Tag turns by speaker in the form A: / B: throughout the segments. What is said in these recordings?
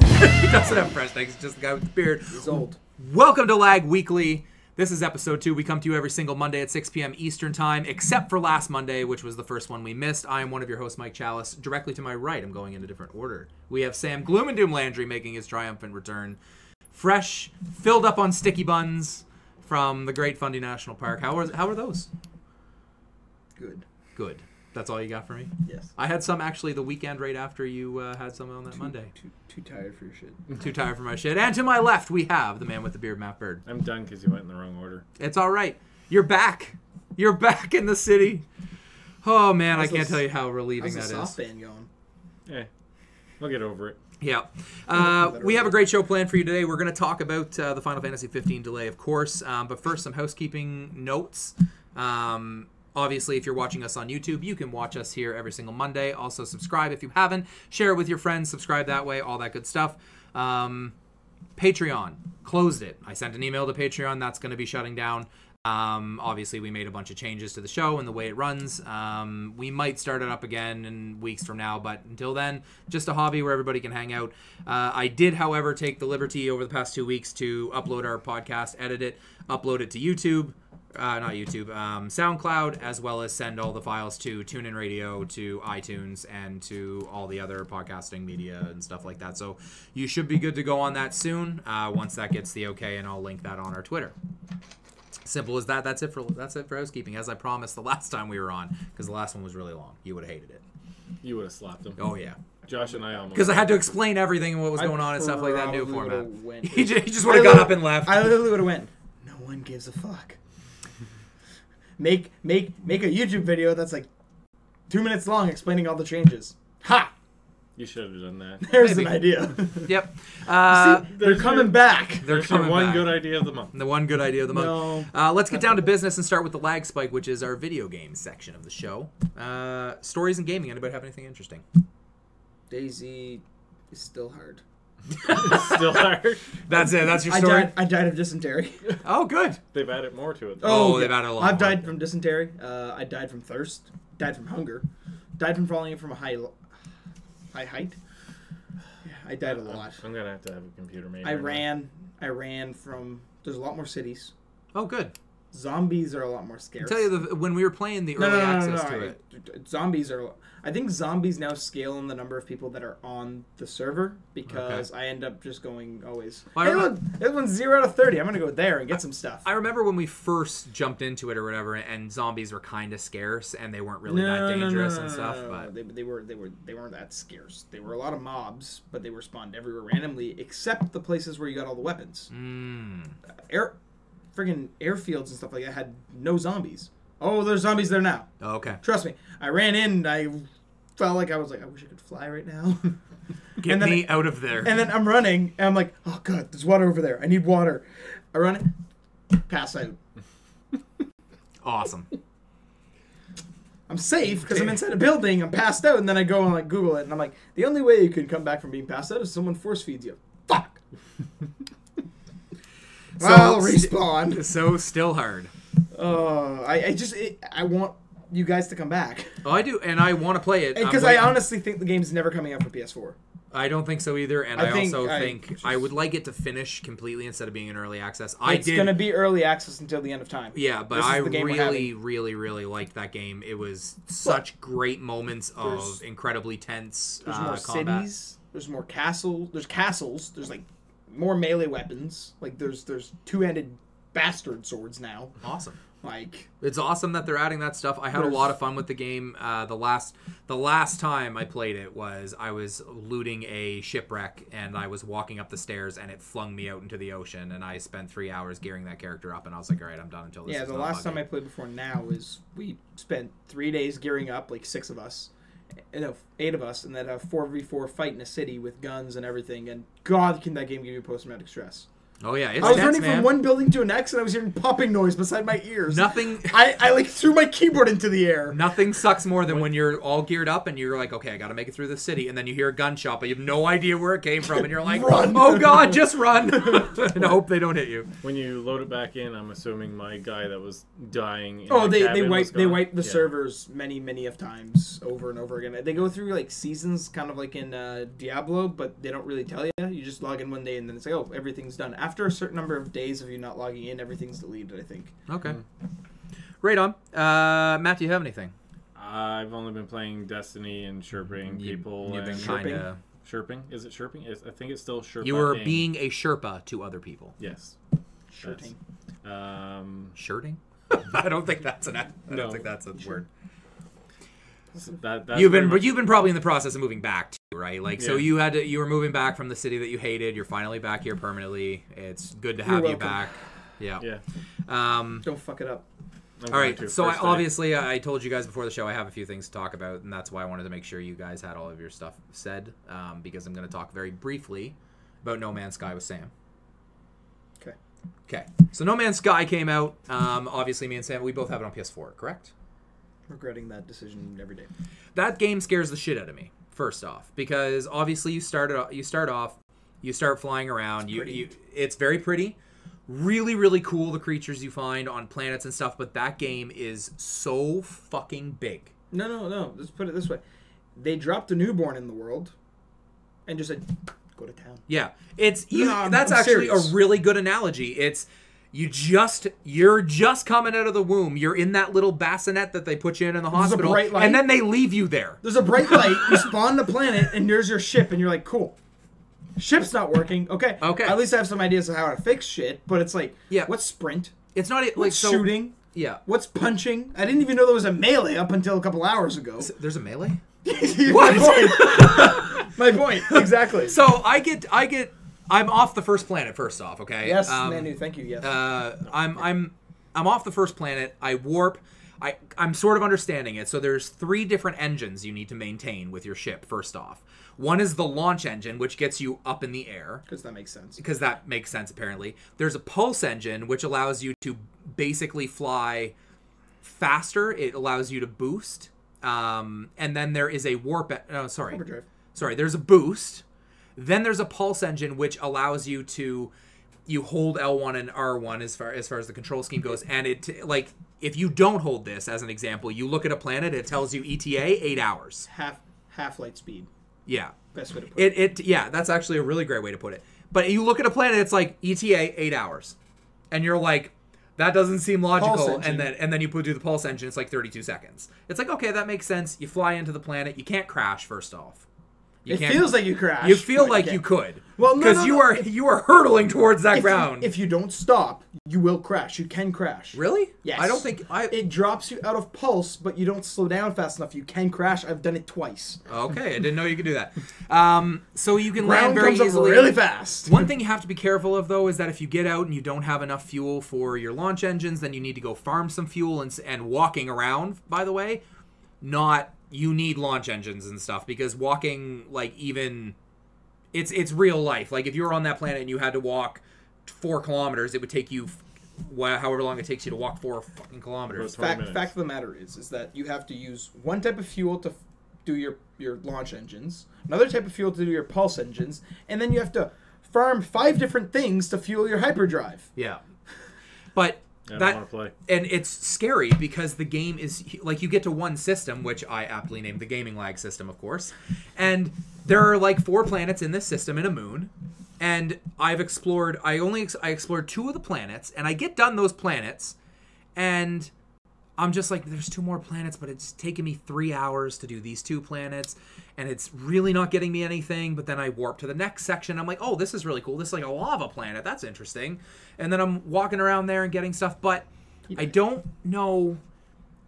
A: doesn't have fresh legs. It's just the guy with the beard.
B: He's old.
A: Welcome to Lag Weekly. This is episode two. We come to you every single Monday at 6 p.m. Eastern Time, except for last Monday, which was the first one we missed. I am one of your hosts, Mike Chalice. Directly to my right, I'm going in a different order. We have Sam Gloom and Doom Landry making his triumphant return, fresh, filled up on sticky buns from the Great Fundy National Park. How are how are those?
B: Good.
A: Good. That's all you got for me.
B: Yes.
A: I had some actually the weekend right after you uh, had some on that Monday.
B: Too, too tired for your shit.
A: Too tired for my shit. And to my left, we have the man with the beard, Matt Bird.
C: I'm done because you went in the wrong order.
A: It's all right. You're back. You're back in the city. Oh man, I
B: How's
A: can't
B: the-
A: tell you how relieving
B: How's the
A: that
B: soft
A: is.
B: band going?
C: Eh, we'll get over it.
A: Yeah. Uh,
B: Better
A: we have a
B: word.
A: great show planned for you today. We're going to talk about uh, the Final Fantasy 15 delay, of course, um, but first some housekeeping notes. Um, obviously, if you're watching us on YouTube, you can watch us here every single Monday. Also, subscribe if you haven't. Share it with your friends. Subscribe that way. All that good stuff. Um, Patreon closed it. I sent an email to Patreon. That's going to be shutting down. Um, obviously, we made a bunch of changes to the show and the way it runs. Um, we might start it up again in weeks from now, but until then, just a hobby where everybody can hang out. Uh, I did, however, take the liberty over the past two weeks to upload our podcast, edit it, upload it to YouTube uh, not YouTube, um, SoundCloud, as well as send all the files to TuneIn Radio, to iTunes, and to all the other podcasting media and stuff like that. So you should be good to go on that soon. Uh, once that gets the okay, and I'll link that on our Twitter. Simple as that. That's it for that's it for housekeeping, as I promised the last time we were on, because the last one was really long. You would have hated it.
C: You would have slapped him.
A: Oh yeah,
C: Josh and I almost.
A: because I had to explain everything and what was
C: I
A: going on and stuff like that. New
B: probably
A: format.
B: would've went-
A: He just, he just
B: I
A: would have got
B: li-
A: up and left.
B: I literally would have went. No one gives a fuck. make make make a YouTube video that's like two minutes long explaining all the changes.
A: ha.
C: You should have done that.
B: There's
A: Maybe.
B: an idea.
A: Yep. Uh,
B: They're
C: There's
B: coming
C: your-
B: back.
A: they're
C: There's your
A: coming
C: one
A: back.
C: good idea of the month.
A: The one good idea of the month.
B: No.
A: Uh, let's get down to business and start with the lag spike, which is our video game section of the show. Uh, stories and gaming. Anybody have anything interesting?
B: Daisy is still hard.
C: Still are.
A: That's it. That's your
B: I
A: story.
B: died. I died of dysentery.
A: Oh, good.
C: They've added more to it. though.
A: Oh, they've added a lot
B: I've
A: more.
B: died from dysentery. Uh, I died from thirst. Died from hunger. Died from falling from a high, high height. Yeah, I died a
A: Uh,
B: lot.
C: I'm gonna have to have a computer made.
B: I
C: right now.
B: ran. I ran from. There's a lot more cities.
A: Oh, good.
B: Zombies are a lot more scary.
A: I tell you, the, when we were playing the
B: no,
A: early
B: no, no, no,
A: access
B: no,
A: to
B: I-
A: it,
B: Zombies are. I think zombies now scale in the number of people that are on the server because I end up just going always.
A: Well, I
B: hey,
A: remember-
B: look, this one's zero out of thirty. I'm gonna go there and get some stuff.
A: I remember when we first jumped into it or whatever, and zombies were kind of scarce and they weren't really that dangerous and stuff.
B: no,
A: But
B: they, they were they were they weren't that scarce. They were a lot of mobs, but they were spawned everywhere randomly, except the places where you got all the weapons.
A: Mm.
B: Air, friggin' airfields and stuff like that had no zombies. Oh, there's zombies there now.
A: okay,
B: Trust me, I ran in. I felt like I was like, I wish I could fly right now.
A: get
B: And then-
A: me out of there.
B: and then I'm running, and I'm like, oh god, there's water over there. I need water. I run, pass out.
A: awesome.
B: I'm safe because I'm inside a building. I'm passed out, and then I go and like Google it, and I'm like, the only way you can come back from being passed out is someone force feeds you. Fuck. well, respawn.
A: So still hard.
B: Oh, I, I just it, I want you guys to come back
A: Oh, I do, and I want to play it I'm
B: because I
A: waiting.
B: honestly think the game's never coming out for PS4.
A: I don't think so either, and I,
B: I think
A: also
B: I
A: think
B: just-
A: I would like it to finish completely instead of being an early access. I
B: it's
A: did,
B: gonna be early access until the end of time.
A: yeah, but
B: this is
A: I
B: the game we're
A: really,
B: having.
A: really, really liked that game. It was such great moments of
B: There's-
A: incredibly tense
B: There's
A: uh,
B: more
A: combat.
B: cities. There's more castle. There's castles. There's like more melee weapons. Like there's there's two-handed bastard swords now.
A: Awesome.
B: Like
A: It's awesome that they're adding that stuff. I had a
B: There's-
A: lot of fun with the game. Uh, the last the last time I played it was I was looting a shipwreck and I was walking up the stairs and it flung me out into the ocean and I spent three hours gearing that character up and I was like, all right, I'm done until this.
B: Yeah,
A: is
B: the
A: not
B: last
A: buggy."
B: time I played before now is we spent three days gearing up, like six of us, eh, no, eight of us, and then a four v four fight in a city with guns and everything. And God, can that game give you post traumatic stress?
A: Oh yeah, it's
B: I was
A: dense,
B: running
A: man.
B: from one building to the next, and I was hearing popping noise beside my ears.
A: Nothing.
B: I, I like threw my keyboard into the air.
A: Nothing sucks more than when you're all geared up and you're like, okay, I got to make it through the city, and then you hear a gunshot, but you have no idea where it came from, and you're like,
B: Run.
A: oh god, just run, and hope they don't hit you.
C: When you load it back in, I'm assuming my guy that was dying. In
B: Oh,
C: the
B: they, they
C: cabin
B: wipe
C: was
B: they
C: gone.
B: wipe the
C: Yeah.
B: servers many many of times over and over again. They go through like seasons, kind of like in uh, Diablo, but they don't really tell you. You just log in one day and then it's like, oh, everything's done. After a certain number of days of you not logging in, everything's deleted. I think.
A: Okay.
C: Mm.
A: Right on. Uh, Matt, do you have anything?
C: I've only been playing Destiny and chirping
A: You-
C: people.
A: You've been
C: and
B: kind-
A: kind of.
C: chirping. Is it chirping? Is, I think it's still chirping.
A: You were being a Sherpa to other people.
C: Yes.
B: Sure
C: Yes.
B: thing.
C: Um,
A: Shirting? I don't think that's an. I don't
C: No.
A: think that's a word.
C: so that, that's
A: you've
C: pretty
A: been
C: much-
A: you've been probably in the process of moving back too, right? Like so
C: Yeah.
A: you had to, you were moving back from the city that you hated. You're finally back here permanently. It's good to
B: You're
A: have you
B: welcome.
A: back. Yeah.
C: Yeah.
A: Um
B: Don't fuck it up.
C: I'm
A: all
C: going
A: right.
C: to
A: So I,
C: first day.
A: obviously uh, I told you guys before the show I have a few things to talk about and that's why I wanted to make sure you guys had all of your stuff said um, because I'm going to talk very briefly about No Man's Sky with Sam.
B: Okay.
A: Okay. So No Man's Sky came out. Um, obviously me and Sam we both have it on PS4, correct?
B: Regretting that decision every day.
A: that game scares the shit out of me. First off, because obviously you started you start off, you start flying around. you,
B: pretty.
A: you it's very pretty, really really cool the creatures you find on planets and stuff. But that game is so fucking big.
B: No, no, no. Let's put it this way: they dropped a newborn in the world, and just said, "Go to town."
A: Yeah, it's you,
B: No, I'm-
A: that's
B: I'm
A: actually
B: serious.
A: a really good analogy. It's you just you're just coming out of the womb. You're in that little bassinet that they put you in in the
B: is a
A: hospital,
B: bright light.
A: and then they leave you there.
B: There's a bright light. you spawn the planet, and there's your ship, and you're like, "Cool." Ship's not working. Okay.
A: Okay.
B: At least I have some ideas of how to fix shit, but it's like,
A: Yeah.
B: What's sprint?
A: It's not e, like
B: What's
A: so
B: shooting?
A: Yeah,
B: What's punching? I didn't even know there was a melee up until a couple hours ago.
A: there's a melee.
B: what? My point. My point. Exactly.
A: So I get, I get, I'm off the first planet. First off, okay.
B: yes,
A: Um,
B: Nanu. Thank you. Yes.
A: uh, I'm, I'm, I'm off the first planet. I warp. I, I'm sort of understanding it. So there's three different engines you need to maintain with your ship. First off, one is the launch engine, which gets you up in the air
B: Because that makes sense.
A: because that makes sense apparently. There's a pulse engine which allows you to basically fly faster. It allows you to boost. Um, and then there is a warp. e- oh, sorry.
B: Overdrive.
A: Sorry. There's a boost. Then there's a pulse engine which allows you to you hold L1 and R1 as far as far as the control scheme goes. And it like if you don't hold this as an example, you look at a planet. It tells you ETA eight hours.
B: Half half light speed.
A: Yeah.
B: Best way to put it.
A: It, it yeah, that's actually a really great way to put it. But you look at a planet, it's like ETA eight hours, and you're like, that doesn't seem
B: Pulse
A: logical.
B: engine.
A: And then and then you put do the pulse engine, it's like 32 seconds. It's like okay, that makes sense. You fly into the planet, you can't crash first off. You
B: It feels like you crash.
A: you feel
B: but
A: like you
B: can't.
A: could.
B: Well, no,
A: because
B: no,
A: you
B: no.
A: are you are hurtling towards that
B: If you,
A: ground.
B: if you don't stop, you will crash. You can crash.
A: really?
B: Yes.
A: I don't think I.
B: It drops you out of pulse, but you don't slow down fast enough. You can crash. I've done it twice.
A: okay, I didn't know you could do that. Um, so you can land
B: Ground
A: very
B: comes up
A: easily.
B: really fast.
A: One thing you have to be careful of though is that if you get out and you don't have enough fuel for your launch engines, then you need to go farm some fuel and s- and walking around. By the way, not you need launch engines and stuff because walking like even it's it's real life. Like if you were on that planet and you had to walk four kilometers, it would take you. f- wha- However long it takes you to walk four fucking kilometers.
C: That's fine. 20
B: fact
C: minutes.
B: fact of the matter is is that you have to use one type of fuel to f- do your your launch engines, another type of fuel to do your pulse engines, and then you have to farm five different things to fuel your hyperdrive.
A: Yeah, but
C: I don't
A: that
C: want to play.
A: and it's scary because the game is like you get to one system which i aptly named the gaming lag system of course and there are like four planets in this system and a moon and i've explored i only ex- i explored two of the planets and i get done those planets and i'm just like there's two more planets but it's taken me three hours to do these two planets and it's really not getting me anything but then i warp to the next section i'm like oh this is really cool this is like a lava planet that's interesting and then i'm walking around there and getting stuff but I don't know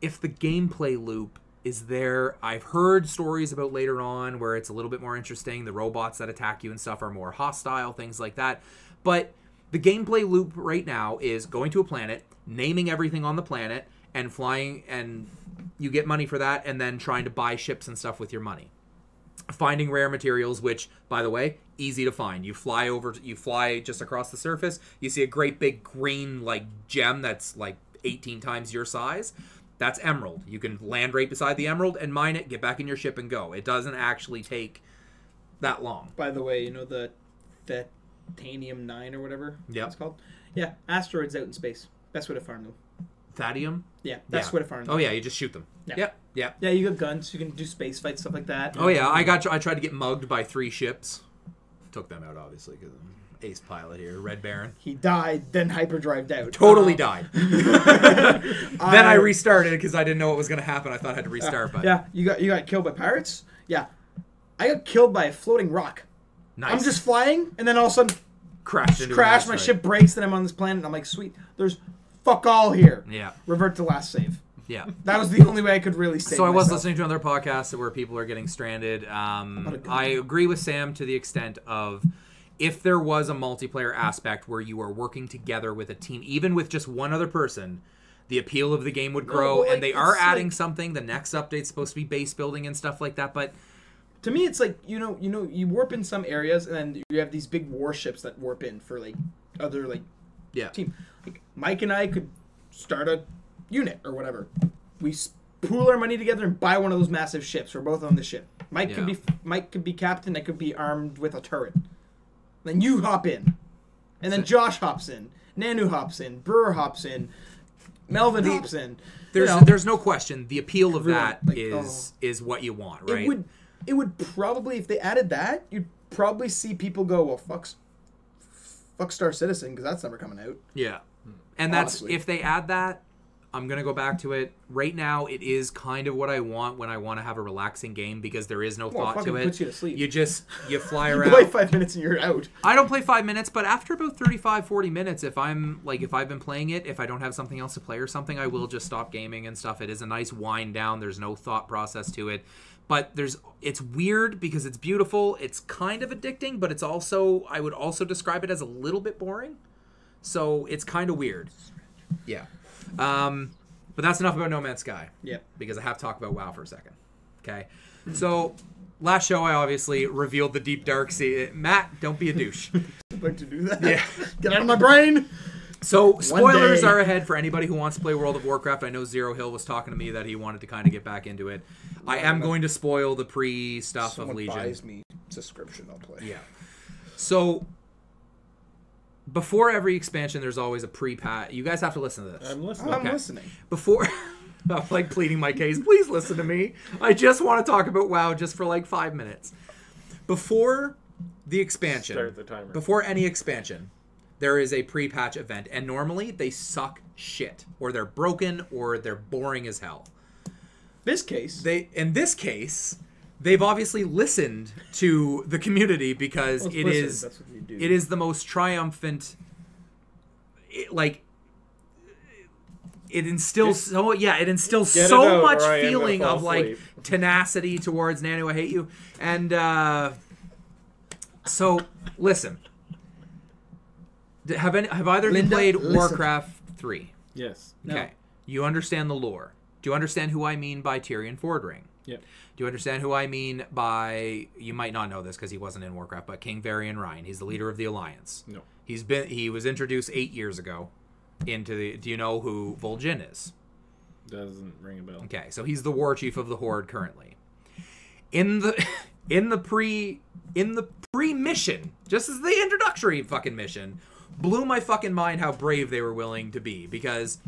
A: if the gameplay loop is there. I've heard stories about later on where it's a little bit more interesting. The robots that attack you and stuff are more hostile, things like that. But the gameplay loop right now is going to a planet, naming everything on the planet, and flying, and you get money for that, and then trying to buy ships and stuff with your money. finding rare materials which by the way easy to find you fly over you fly just across the surface you see a great big green like gem that's like 18 times your size that's emerald you can land right beside the emerald and mine it get back in your ship and go it doesn't actually take that long
B: By the way, you know the Titanium 9 or whatever
A: Yeah.
B: it's called? Yeah, asteroids out in space. That's what it farm them.
A: thadium
B: Yeah, that's
A: Yeah.
B: what it farm them.
A: oh yeah you just shoot them
B: Yeah.
A: yep yep
B: Yeah, you got guns. You can do space fights, stuff like that.
A: oh yeah i got i tried to get mugged by three ships took them out obviously because i'm ace pilot here red baron
B: He died, then hyperdrived out.
A: totally
B: Um,
A: died then i restarted because i didn't know what was going to happen i thought i had to restart but
B: Yeah, you got you got killed by pirates. Yeah, I got killed by a floating rock.
A: nice
B: I'm just flying, and then all of a sudden,
A: crashed into an
B: crash. My
A: asteroid.
B: ship breaks, then I'm on this planet. And I'm like, sweet. There's fuck all here.
A: Yeah.
B: Revert to last save.
A: Yeah.
B: That was the only way I could really save.
A: So I was
B: myself.
A: listening to another podcast where people are getting stranded. Um,
B: good
A: I agree with Sam to the extent of if there was a multiplayer aspect where you are working together with a team, even with just one other person, the appeal of the game would grow.
B: but, like,
A: and they are
B: it's
A: adding
B: like-
A: something. The next update's supposed to be base building and stuff like that. But
B: To me, it's like you know, you know, you warp in some areas, and then you have these big warships that warp in for like other like
A: yeah,
B: team. Like Mike and I could start a unit or whatever. We s- pool our money together and buy one of those massive ships. We're both on the ship. Mike could
A: Yeah.
B: be Mike could be captain. I could be armed with a turret. Then you hop in, and then Josh hops in. Nanu hops in. Brewer hops in. Melvin hops in.
A: there's
B: you know,
A: there's no question the appeal of
B: Everyone,
A: that
B: like, oh.
A: is is what you want, right?
B: it would it would probably if they added that you'd probably see people go well fuck fuck Star Citizen because that's never coming out.
A: Yeah. And that's
B: Hmm. Honestly.
A: if they add that, I'm going to go back to it. Right now it is kind of what I want when I want to have a relaxing game because there is no
B: Well, it
A: thought to
B: fucking
A: it.
B: puts you to sleep.
A: just you fly
B: You play
A: around.
B: five minutes and you're out.
A: I don't play 5 minutes, but after about 35 40 minutes if I'm like if I've been playing it, if I don't have something else to play or something, I will just stop gaming and stuff. It is a nice wind down. There's no thought process to it. But there's it's weird because it's beautiful. It's kind of addicting, but it's also I would also describe it as a little bit boring. So it's kind of weird. Yeah. Um, but that's enough about No Man's Sky
B: Yeah.
A: because I have to talk about WoW for a second. Okay. So last show, I obviously revealed the deep dark sea. Matt, don't be a douche.
B: like to do that.
A: Yeah.
B: Get out of my brain.
A: So spoilers
B: day.
A: are ahead for anybody who wants to play World of Warcraft. I know Zero Hill was talking to me that he wanted to kind of get back into it. I am going to spoil the pre stuff of Legion.
B: me subscription, I'll play.
A: Yeah. So before every expansion, there's always a pre pat. You guys have to listen to this.
C: I'm listening.
B: I'm
A: Okay.
B: listening.
A: before I'm like pleading my case, please listen to me. I just want to talk about WoW just for like five minutes. Before the expansion,
C: Start the timer.
A: before any expansion, there is a pre-patch event, and normally they suck shit, or they're broken, or they're boring as hell.
B: This case,
A: They, in this case, they've obviously listened to the community because
B: Let's
A: it
B: listen,
A: is
B: that's what you do.
A: it is the most triumphant it, like it instills so yeah it instills
C: Get it
A: so
C: out,
A: much
C: or I am gonna
A: feeling
C: fall
A: of like
C: asleep.
A: tenacity towards nanu i hate you and uh so listen D- have any have either of you
B: Linda,
A: played
B: listen.
A: warcraft 3
C: Yes.
A: okay you understand the lore do you understand who i mean by tyrion ford ring
C: Yep.
A: do you understand who I mean by you might not know this because he wasn't in Warcraft, but King Varian Ryan. He's the leader of the Alliance.
C: No.
A: He's been he was introduced eight years ago into the do you know who Vol'jin is?
C: Doesn't ring a bell.
A: Okay, so he's the war chief of the Horde currently. In the in the pre in the pre mission, just as the introductory fucking mission, blew my fucking mind how brave they were willing to be because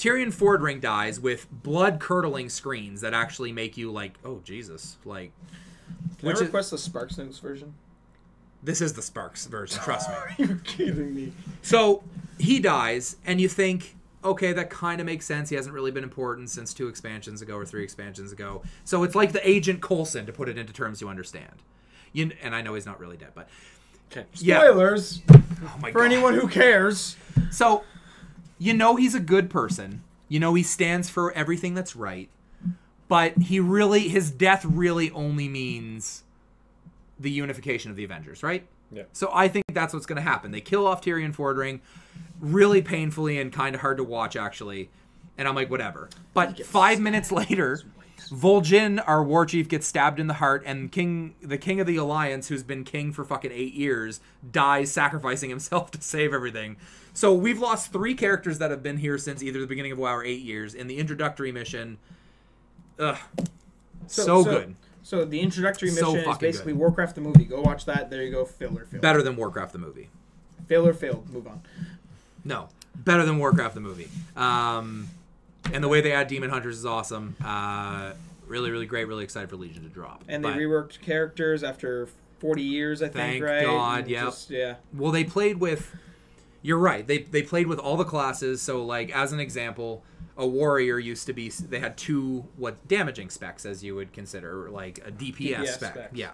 A: Tyrion Fordring dies with blood curdling screens that actually make you like, oh Jesus, like
B: Can
A: which
B: I
A: is-
B: request the Sparks News version?
A: this is the Sparks version, trust me.
B: You're kidding me.
A: So he dies, and you think, okay, that kind of makes sense. He hasn't really been important since two expansions ago or three expansions ago. So it's like the Agent Coulson, to put it into terms you understand. You, and I know he's not really dead, but
C: Okay.
A: yeah.
B: Spoilers
A: Oh my
B: for
A: God.
B: anyone who cares.
A: So you know he's a good person. You know he stands for everything that's right. But he really, his death really only means the unification of the Avengers, right?
C: Yeah.
A: So I think that's what's going to happen. They kill off Tyrion Fordring, really painfully and kind of hard to watch, actually. And I'm like, whatever. But five minutes later, Vol'jin, our war chief, gets stabbed in the heart, and King, the King of the Alliance, who's been king for fucking eight years, dies sacrificing himself to save everything. So we've lost three characters that have been here since either the beginning of WoW or eight years. In the introductory mission, ugh, so, good,
B: So the introductory
A: So
B: mission is
A: fucking
B: basically
A: good.
B: Warcraft the movie. Go watch that. There you go. Filler failed.
A: better than Warcraft the movie.
B: Filler failed. Move on.
A: No, better than Warcraft the movie. Um, and the way they add demon hunters is awesome. Uh, really, really great. Really excited for Legion to drop.
B: And they
A: But-
B: reworked characters after 40 years, I
A: Thank
B: think. Right?
A: God,
B: And
A: yep.
B: just- Yeah.
A: Well, they played with. You're right. They they played with all the classes. So like as an example, a warrior used to be they had two what damaging specs as you would consider like a DPS,
B: DPS
A: spec.
B: specs.
A: Yeah,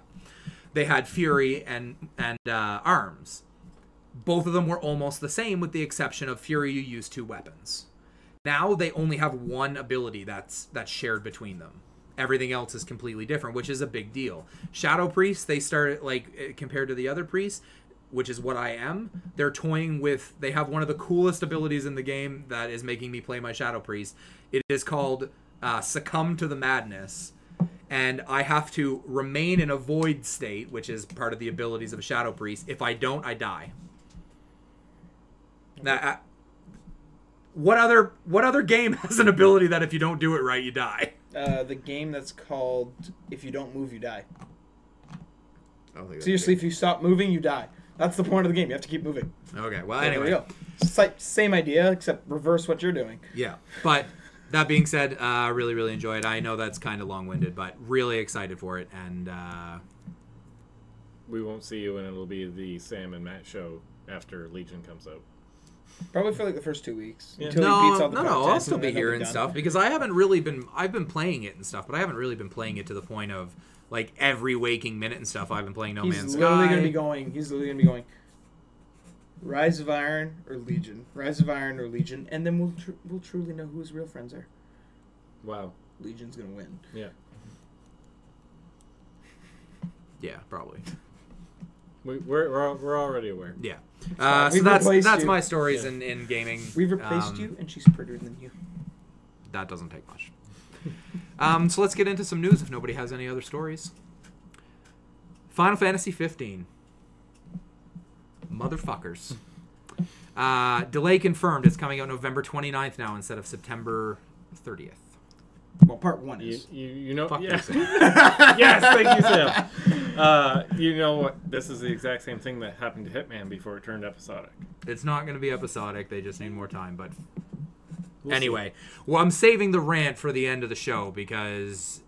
A: they had fury and and uh, arms. Both of them were almost the same, with the exception of fury you use two weapons. Now they only have one ability that's that's shared between them. Everything else is completely different, which is a big deal. Shadow priests, they start like eh, compared to the other priests, which is what I am. They're toying with. They have one of the coolest abilities in the game that is making me play my shadow priest. It is called uh, succumb to the madness, and I have to remain in a void state, which is part of the abilities of a shadow priest. If I don't, I die. uh, Now, I- what other what other game has an ability that if you don't do it right, you die?
B: Uh, the game that's called If You Don't Move, You Die.
A: I don't think
B: Seriously, if you stop moving, you die. That's the point of the game. You have to keep moving.
A: Okay. Well,
B: There we
A: anyway.
B: go. It's like same idea, except reverse what you're doing.
A: Yeah. But that being said, uh, really, really enjoy it. I know that's kind of long winded, but really excited for it. And uh,
C: We won't see you, and it'll be the Sam and Matt show after Legion comes out.
B: Probably for like the first two weeks.
C: Yeah.
B: Until he
A: no,
B: beats
A: no,
B: out the
A: no,
B: contest
A: I'll still
B: and
A: be
B: then he'll
A: here and
B: done.
A: stuff because I haven't really been. I've been playing it and stuff, but I haven't really been playing it to the point of like every waking minute and stuff. I've been playing No
B: He's
A: Man's
B: literally
A: Sky.
B: gonna be going. He's literally gonna be going. Rise of Iron or Legion. Rise of Iron or Legion, and then we'll tr- we'll truly know who his real friends are.
C: Wow.
B: Legion's gonna win.
C: Yeah.
A: yeah, probably.
C: We, we're, we're, al- we're already aware.
A: Yeah. Uh, so
B: We've
A: that's
B: replaced
A: that's
B: you.
A: my stories
C: Yeah.
A: in, in gaming.
B: We replaced
A: Um,
B: you, and she's prettier than you.
A: that doesn't take much. um, so let's get into some news if nobody has any other stories. Final Fantasy 15. Motherfuckers. Uh, delay confirmed. It's coming out November 29th now instead of September 30th.
B: Well, part one
C: You,
B: is.
C: you, you know.
A: Fuck
C: yeah.
A: yourself.
C: yes, thank you, Sam. Uh, you know what? This is the exact same thing that happened to Hitman before it turned episodic.
A: It's not going to be episodic. They just need more time. But anyway, well, I'm saving the rant for the end of the show because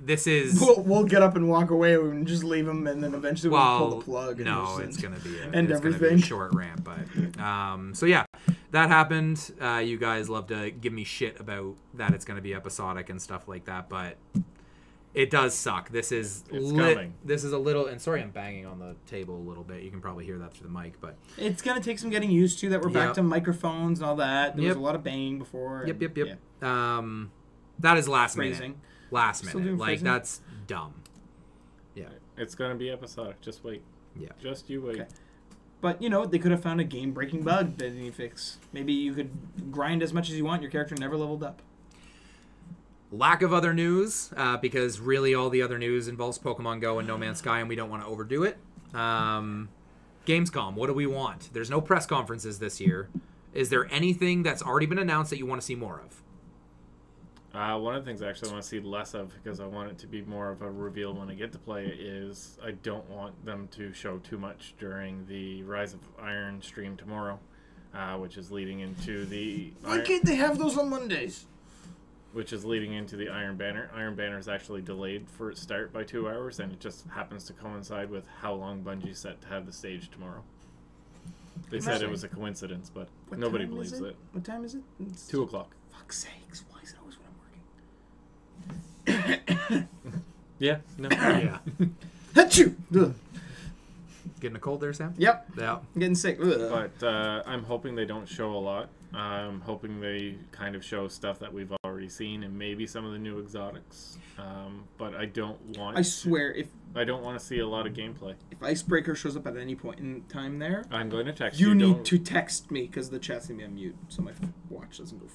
A: this is.
B: We'll, we'll get up and walk away and just leave him, and then eventually
A: well,
B: we'll pull the plug. And
A: no,
B: just-
A: it's gonna be a,
B: end
A: it's gonna be a
B: everything.
A: short rant, but um, so yeah, that happened. Uh, you guys love to give me shit about that it's gonna be episodic and stuff like that, but it does suck. This is
C: It's
A: lit-
C: coming.
A: This is a little, and sorry, I'm banging on the table a little bit. You can probably hear that through the mic, but
B: It's gonna take some getting used to that we're
A: Yep.
B: back to microphones and all that. There
A: Yep.
B: was a lot of banging before.
A: yep,
B: and-
A: yep, yep.
B: yeah.
A: Um, that is last minute.
B: Phrasing.
A: Last
B: Still
A: minute,
B: doing
A: like
B: phrasing?
A: that's dumb. Yeah,
C: It's going to be episodic. Just wait.
A: Yeah.
C: Just you wait.
B: Okay. But you know, they could have found a game breaking bug that they need to fix. Maybe you could grind as much as you want, your character never leveled up.
A: lack of other news uh, because really all the other news involves Pokemon Go and No Man's Sky, and we don't want to overdo it. Um, Gamescom, what do we want? There's no press conferences this year. Is there anything that's already been announced that you want to see more of?
C: Uh, one of the things I actually want to see less of because I want it to be more of a reveal when I get to play it is I don't want them to show too much during the Rise of Iron stream tomorrow, uh, which is leading into the Iron-
B: they have those on Mondays?
C: which is leading into the Iron Banner. Iron Banner is actually delayed for its start by two hours, and it just happens to coincide with how long Bungie set to have the stage tomorrow. They said it
B: Amazing.
C: was a coincidence, but nobody believes it.
B: What time is it? It's
C: Two o'clock.
B: Fuck's sakes, why is it always when I'm working?
C: Yeah. No. yeah.
B: Achoo! Ugh.
A: Getting a cold there, Sam?
B: Yep,
A: Yeah.
B: I'm getting sick. Ugh.
C: But uh, I'm hoping they don't show a lot. I'm hoping they kind of show stuff that we've already seen and maybe some of the new exotics. Um, but I don't want.
B: I swear, if
C: I don't want to see a lot of gameplay.
B: if Icebreaker shows up at any point in time there,
C: I'm going to text you.
B: you need
C: don't-
B: to text me because the chat's gonna be on mute, so my watch doesn't go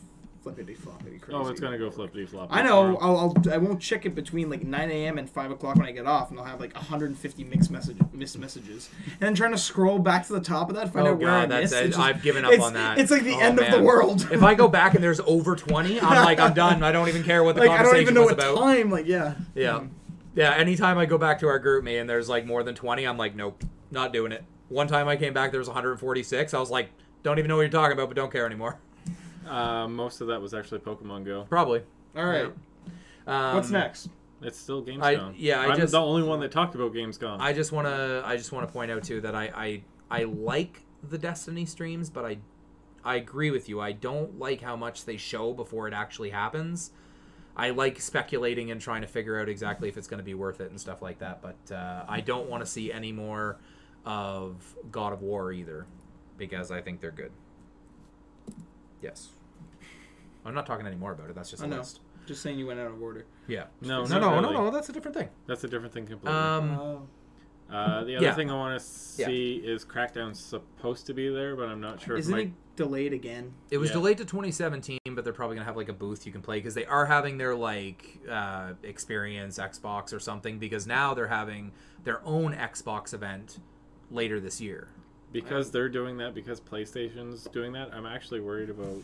B: flippity floppity crazy.
C: Oh, it's gonna go flippity flop.
B: I know. I'll, I'll I won't check it between like 9 a.m. and 5 o'clock when I get off, and I'll have like 150 mixed message missed messages, and I'm trying to scroll back to the top of that to find
A: Oh,
B: out where
A: God,
B: I
A: that's
B: missed.
A: it.
B: It's just-
A: I've given up
B: it's-
A: on that.
B: It's like the
A: Oh,
B: end of the
A: man.
B: world.
A: if I go back and there's over 20, I'm like, I'm done. I don't even care what the
B: like I
A: conversation
B: don't even know
A: was
B: what
A: about.
B: time. Like yeah. Um,
A: Yeah.
B: Hmm.
A: Yeah, anytime I go back to our group me and there's like more than 20, I'm like, nope, not doing it. One time I came back, there was 146. I was like, don't even know what you're talking about, but don't care anymore.
C: Uh, most of that was actually Pokemon Go.
A: Probably.
B: All right.
A: Um,
B: What's next?
C: It's still GameStone.
A: I- yeah, I
C: am
A: just-
C: the only one that talked about GamesCom.
A: I just want to I just want to point out too that I, I I like the Destiny streams, but I I agree with you. I don't like how much they show before it actually happens. I like speculating and trying to figure out exactly if it's going to be worth it and stuff like that, but uh, I don't want to see any more of God of War either because I think they're good. Yes. I'm not talking any more about it. That's just
B: I
A: a
B: know.
A: list.
B: Just saying you went out of order.
A: Yeah.
C: no,
A: No,
C: not
A: no, no,
C: really.
A: no. That's a different thing.
C: That's a different thing completely.
A: Um,
B: Oh.
C: uh, the other
A: yeah.
C: thing I want to
A: Yeah.
C: see is Crackdown's supposed to be there, but I'm not sure.
B: Isn't
C: if
B: it delayed again?
A: It was
C: Yeah.
A: delayed to 2017, but they're probably gonna have like a booth you can play because they are having their like uh, experience Xbox or something because now they're having their own Xbox event later this year.
C: because they're doing that because PlayStation's doing that. I'm actually worried about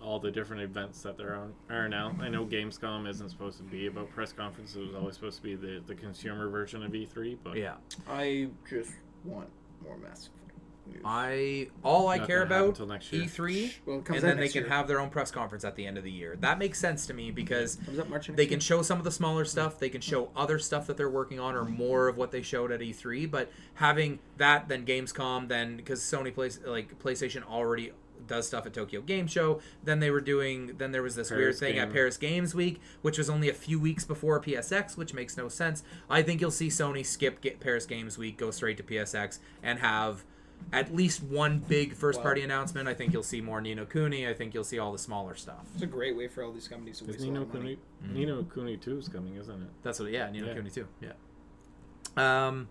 C: all the different events that there are, are now. I know Gamescom isn't supposed to be about press conferences; it was always supposed to be the, the consumer version of E3. But
A: Yeah,
B: I just want more Mass Effect. news.
A: I all I
C: Not
A: care
C: gonna happen
A: about E
C: till next year.
A: E3,
B: Well, it comes
A: and
B: out
A: then they
B: next
A: can
B: year.
A: have their own press conference at the end of the year. That makes sense to me because
B: Comes up March next
A: they
B: year.
A: can show some of the smaller stuff they can show other stuff that they're working on or more of what they showed at e3 but having that then gamescom then because sony plays like playstation already does stuff at tokyo game show then they were doing then there was this weird
C: Paris
A: thing at
C: Game.
A: paris games week which was only a few weeks before psx which makes no sense i think you'll see sony skip get paris games week go straight to psx and have at least one big first party announcement i think you'll see more nino cooney i think you'll see all the smaller stuff
B: It's a great way for all these companies to
C: Is
B: waste a lot
C: Nino
B: of money. Mm-hmm.
C: Kuni, Nino Kuni 2 is coming, isn't it?
A: That's what, yeah, Nino
C: Yeah.
A: Cooney too. Yeah. Um,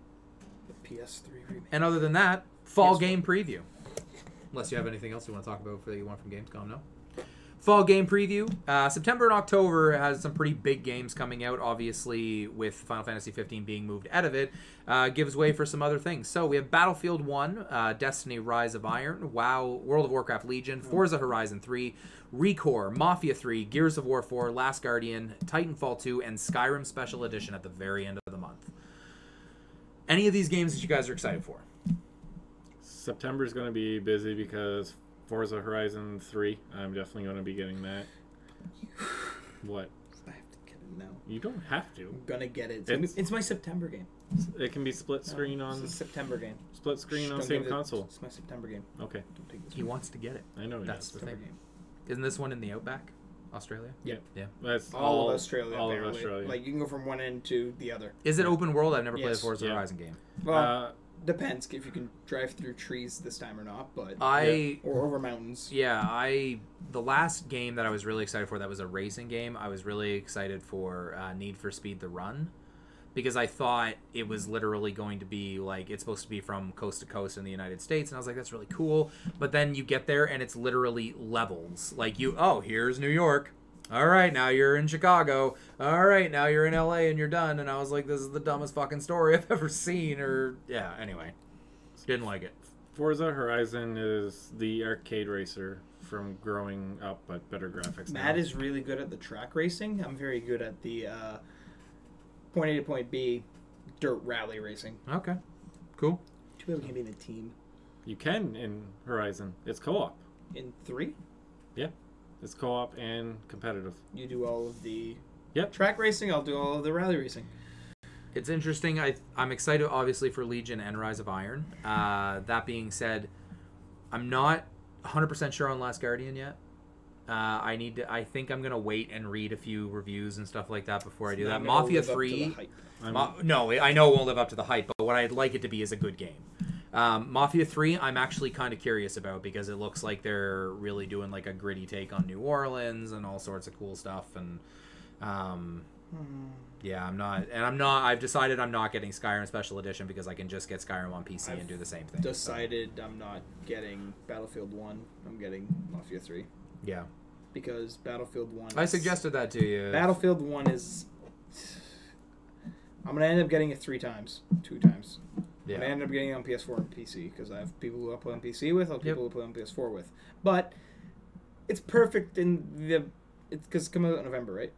B: The PS3 remake.
A: and other than that, fall
B: Yes.
A: game preview. Unless you have anything else you want to talk about for that you want from Gamescom, no? Fall game preview. Uh, September and October has some pretty big games coming out. Obviously, with Final Fantasy 15 being moved out of it, uh, gives way for some other things. So we have Battlefield 1, uh, Destiny: Rise of Iron, WoW, World of Warcraft Legion, Forza Horizon 3, Recore, Mafia 3, Gears of War 4, Last Guardian, Titanfall 2, and Skyrim Special Edition at the very end of the month. Any of these games that you guys are excited for?
C: September is going to be busy because Forza Horizon 3. I'm definitely going to be getting that. What?
B: I have to get it now.
C: You don't have to.
B: I'm gonna get it. It's,
C: It's-
B: it's my September game.
C: It can be split screen on
B: It's a September game.
C: split screen
B: Shh,
C: on
B: don't
C: same
B: give it-
C: console.
B: It's my September game.
C: Okay,
B: Don't take this.
A: He wants to get it.
C: I know. it
A: That's
C: is.
A: the
B: September
A: thing.
B: game.
A: Isn't this one in the outback, Australia?
C: That's
B: All, of Australia.
C: All of
B: apparently.
C: Australia.
B: Like you can go from one end to the other.
A: Is it open world? I've never played a
B: Yes.
A: Forza
C: Yeah.
A: Horizon game.
B: Well,
C: uh,
B: depends if you can drive through trees this time or not, but
A: I
B: or over mountains.
A: yeah, I the last game that I was really excited for that was a racing game. I was really excited for uh, Need for Speed: The Run because I thought it was literally going to be like it's supposed to be from coast to coast in the United States, and I was like, that's really cool. But then you get there and it's literally levels. Like you, oh, here's New York. All right, now you're in Chicago. All right, now you're in LA and you're done. And I was like, this is the dumbest fucking story I've ever seen. Or yeah, anyway, didn't like it.
C: Forza Horizon is the arcade racer from growing up, but better graphics. now.
B: Matt is really good at the track racing. I'm very good at the uh, point A to point B dirt rally racing.
A: Okay, cool.
B: Too bad we can't be in a team.
C: You can in Horizon. It's co-op.
B: In three,
C: It's co-op and competitive.
B: you do all of the
C: Yep.
B: track racing. I'll do all of the rally racing.
A: It's interesting. I I'm excited, obviously, for Legion and Rise of Iron. Uh, that being said, I'm not 100% sure on Last Guardian yet. Uh, I need to. I think I'm gonna wait and read a few reviews and stuff like that before I do
B: Not
A: that.
B: gonna
A: Mafia
B: live up to the
A: Three.
B: hype.
C: I'm,
A: Ma- no, I know it won't live up to the hype, but what I'd like it to be is a good game. Um, Mafia 3, I'm actually kind of curious about because it looks like they're really doing like a gritty take on New Orleans and all sorts of cool stuff. And um, yeah, I'm not, and I'm not, I've decided I'm not getting Skyrim Special Edition because I can just get Skyrim on PC and
B: I've
A: do the same thing.
B: Decided I'm not getting Battlefield One. I'm getting Mafia Three.
A: Yeah.
B: because Battlefield One.
A: I
B: is-
A: suggested that to you.
B: Battlefield One is. I'm gonna end up getting it three times, two times. I'm gonna
A: yeah.
B: end up getting it on PS4 and PC because I have people who I play on PC with, I have
A: Yep.
B: people who play on PS4 with. But it's perfect in the it's because it comes out in November, right?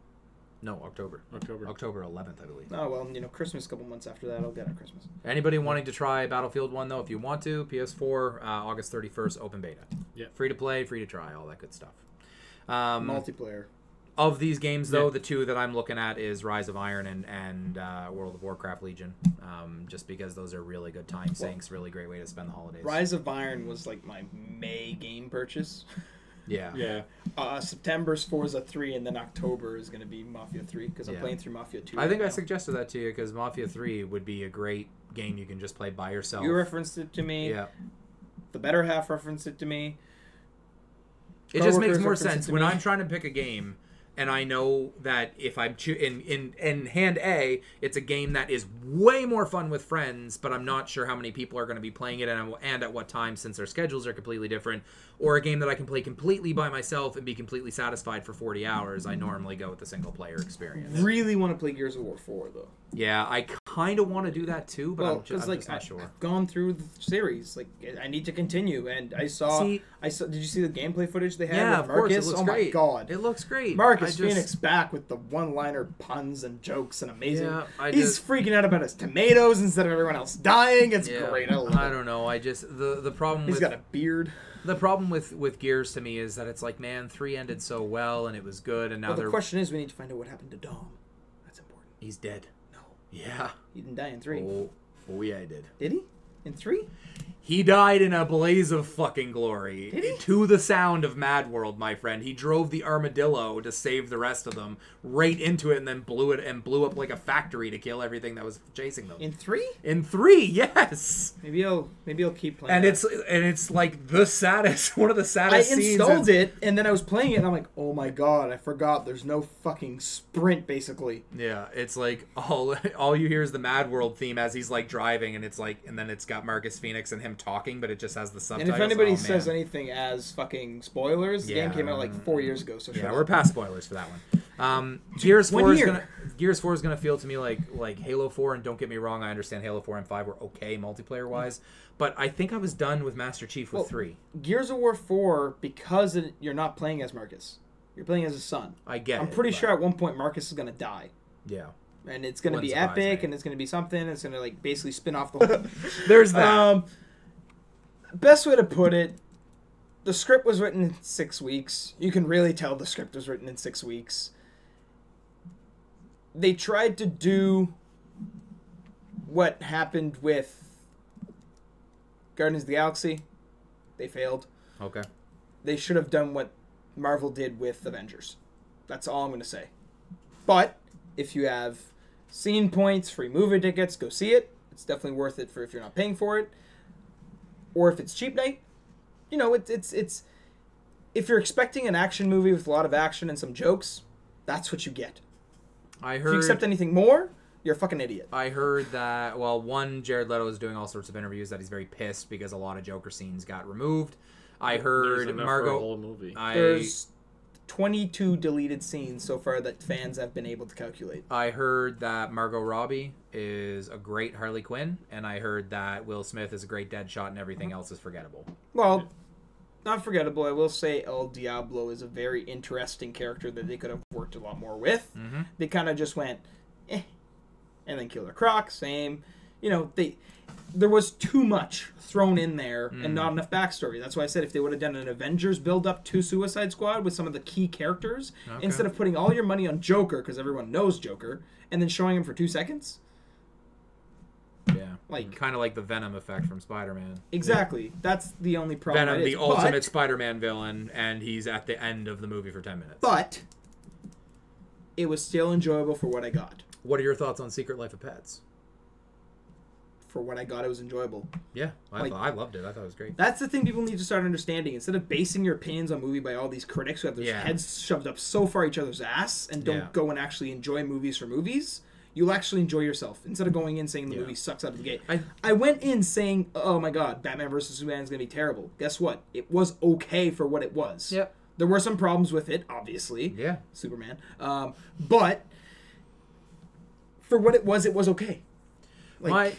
A: No, October.
C: October.
A: October 11th, I believe.
B: Oh well, you know Christmas. A couple months after that, I'll get it at Christmas.
A: Anybody wanting to try Battlefield 1, though, if you want to, PS4, uh, August 31st, open beta.
C: Yeah.
A: Free to play, free to try, all that good stuff. Um,
B: Multiplayer.
A: of these games, though,
C: Yeah.
A: the two that I'm looking at is Rise of Iron and, and uh, World of Warcraft Legion, um, just because those are really good time sinks, really great way to spend the holidays.
B: Rise of Iron was like my May game purchase.
A: Yeah.
C: Yeah.
B: Uh, September's Forza Three, and then October is gonna be Mafia Three because I'm
A: Yeah.
B: playing through Mafia Two.
A: I think
B: right
A: I
B: now.
A: suggested that to you because Mafia 3 would be a great game you can just play by yourself.
B: you referenced it to me.
A: yeah.
B: The better half referenced it to me.
A: It just makes
B: Coworkers
A: more
B: reference it
A: sense
B: to
A: when
B: me.
A: I'm trying to pick a game and I know that if I'm choo- in in in hand A, it's a game that is way more fun with friends, but I'm not sure how many people are going to be playing it and and at what time since their schedules are completely different, or a game that I can play completely by myself and be completely satisfied for 40 hours. I normally go with the single player experience.
B: Really want to play Gears of War Four though.
A: Yeah, I kind of want to do that too, but
B: well,
A: I'm, ju-
B: because
A: I'm
B: like
A: just not
B: I,
A: sure.
B: have gone through the series, like I need to continue, and I saw,
A: See-
B: I saw. Did you see the gameplay footage they had?
A: Yeah,
B: with
A: of course,
B: Marcus?
A: it looks
B: oh
A: great.
B: my god,
A: It looks great. I
B: Marcus
A: just-
B: Phoenix back with the one-liner puns and jokes and amazing.
A: Yeah, I
B: He's
A: just-
B: freaking out about his tomatoes instead of everyone else dying. It's
A: Yeah,
B: great. I love
A: I
B: it.
A: don't know. I just the the problem
B: He's
A: with
B: got a beard.
A: The problem with with Gears to me is that it's like, man, three ended so well and it was good, and now
B: Well,
A: they're
B: the question is, we need to find out what happened to Dom. That's important.
A: he's dead.
B: No,
A: Yeah.
B: he didn't die in three,
A: Oh, oh yeah, I did.
B: did he? In three?
A: He died in a blaze of fucking glory
B: Did he?
A: to the sound of Mad World, my friend. He drove the armadillo to save the rest of them right into it, and then blew it and blew up like a factory to kill everything that was chasing them.
B: In three?
A: in three, yes.
B: Maybe I'll maybe I'll keep playing.
A: And
B: that.
A: it's and it's like the saddest, one of the
B: I
A: saddest scenes.
B: installed it and then I was playing it and I'm like, oh my god, I forgot there's no fucking sprint basically.
A: Yeah, it's like all all you hear is the Mad World theme as he's like driving, and it's like, and then it's got Marcus Phoenix and him talking, but it just has the
B: And
A: subtitles.
B: if anybody
A: Oh,
B: says
A: man.
B: anything as fucking spoilers, the
A: Yeah.
B: game came out like four years ago, so
A: yeah,
B: shut
A: we're
B: up.
A: past spoilers for that one. Um, Gears
B: One
A: Four is
B: year.
A: gonna Gears Four is gonna feel to me like like Halo Four, and don't get me wrong, I understand Halo Four and Five were okay multiplayer wise, but I think I was done with Master Chief with
B: Well-
A: three.
B: Gears of War four because it, you're not playing as Marcus, you're playing as his son.
A: I get.
B: I'm
A: it,
B: pretty
A: but-
B: sure at one point Marcus is gonna die,
A: Yeah,
B: and it's gonna
A: Wouldn't
B: be
A: surprise
B: epic,
A: me.
B: and it's gonna be something. It's gonna like basically spin off the whole.
A: there's that.
B: Um, best way to put it, the script was written in six weeks. You can really tell the script was written in six weeks. They tried to do what happened with Guardians of the Galaxy. They failed.
A: okay.
B: They should have done what Marvel did with Avengers. That's all I'm going to say. But if you have scene points, free movie tickets, go see it. It's definitely worth it for if you're not paying for it, or if it's cheap night. You know, it's it's it's if you're expecting an action movie with a lot of action and some jokes, that's what you get.
A: I
B: If
A: heard.
B: you accept anything more, you're a fucking idiot.
A: I heard that well, one Jared Leto is doing all sorts of interviews that he's very pissed because a lot of Joker scenes got removed. I
C: There's
A: heard
C: enough for a
A: Margot.
C: whole movie.
A: I
B: There's 22 deleted scenes so far that fans have been able to calculate.
A: I heard that Margot Robbie is a great Harley Quinn, and I heard that Will Smith is a great Deadshot, and everything else is forgettable.
B: Well, not forgettable. I will say El Diablo is a very interesting character that they could have worked a lot more with.
A: Mhm.
B: They kind of just went, eh, and then Killer Croc, same. You know, they there was too much thrown in there
A: Mm.
B: and not enough backstory. That's why I said if they would have done an Avengers build up to Suicide Squad with some of the key characters
A: Okay.
B: instead of putting all your money on Joker because everyone knows Joker and then showing him for two seconds.
A: Yeah,
B: Like-
A: kind of like the Venom effect from Spider-Man.
B: Exactly. That's the only problem.
A: Venom,
B: it
A: the
B: Oh, is. But-
A: ultimate Spider-Man villain, and he's at the end of the movie for ten minutes.
B: but it was still enjoyable for what I got.
A: What are your thoughts on Secret Life of Pets?
B: For what I got, it was enjoyable.
A: Yeah, I,
B: Like-
A: thought, I loved it. I thought it was great.
B: That's the thing people need to start understanding. Instead of basing your opinions on movie by all these critics who have their
A: Yeah.
B: heads shoved up so far each other's ass and don't
A: Yeah.
B: go and actually enjoy movies for movies, you'll actually enjoy yourself instead of going in saying the
A: Yeah.
B: movie sucks out of the gate.
A: I-
B: I went in saying, "Oh my god, Batman versus Superman is going to be terrible." Guess what? It was okay for what it was.
A: Yep.
B: There were some problems with it, obviously.
A: Yeah.
B: Superman. Um, but for what it was, it was okay. Like,
A: My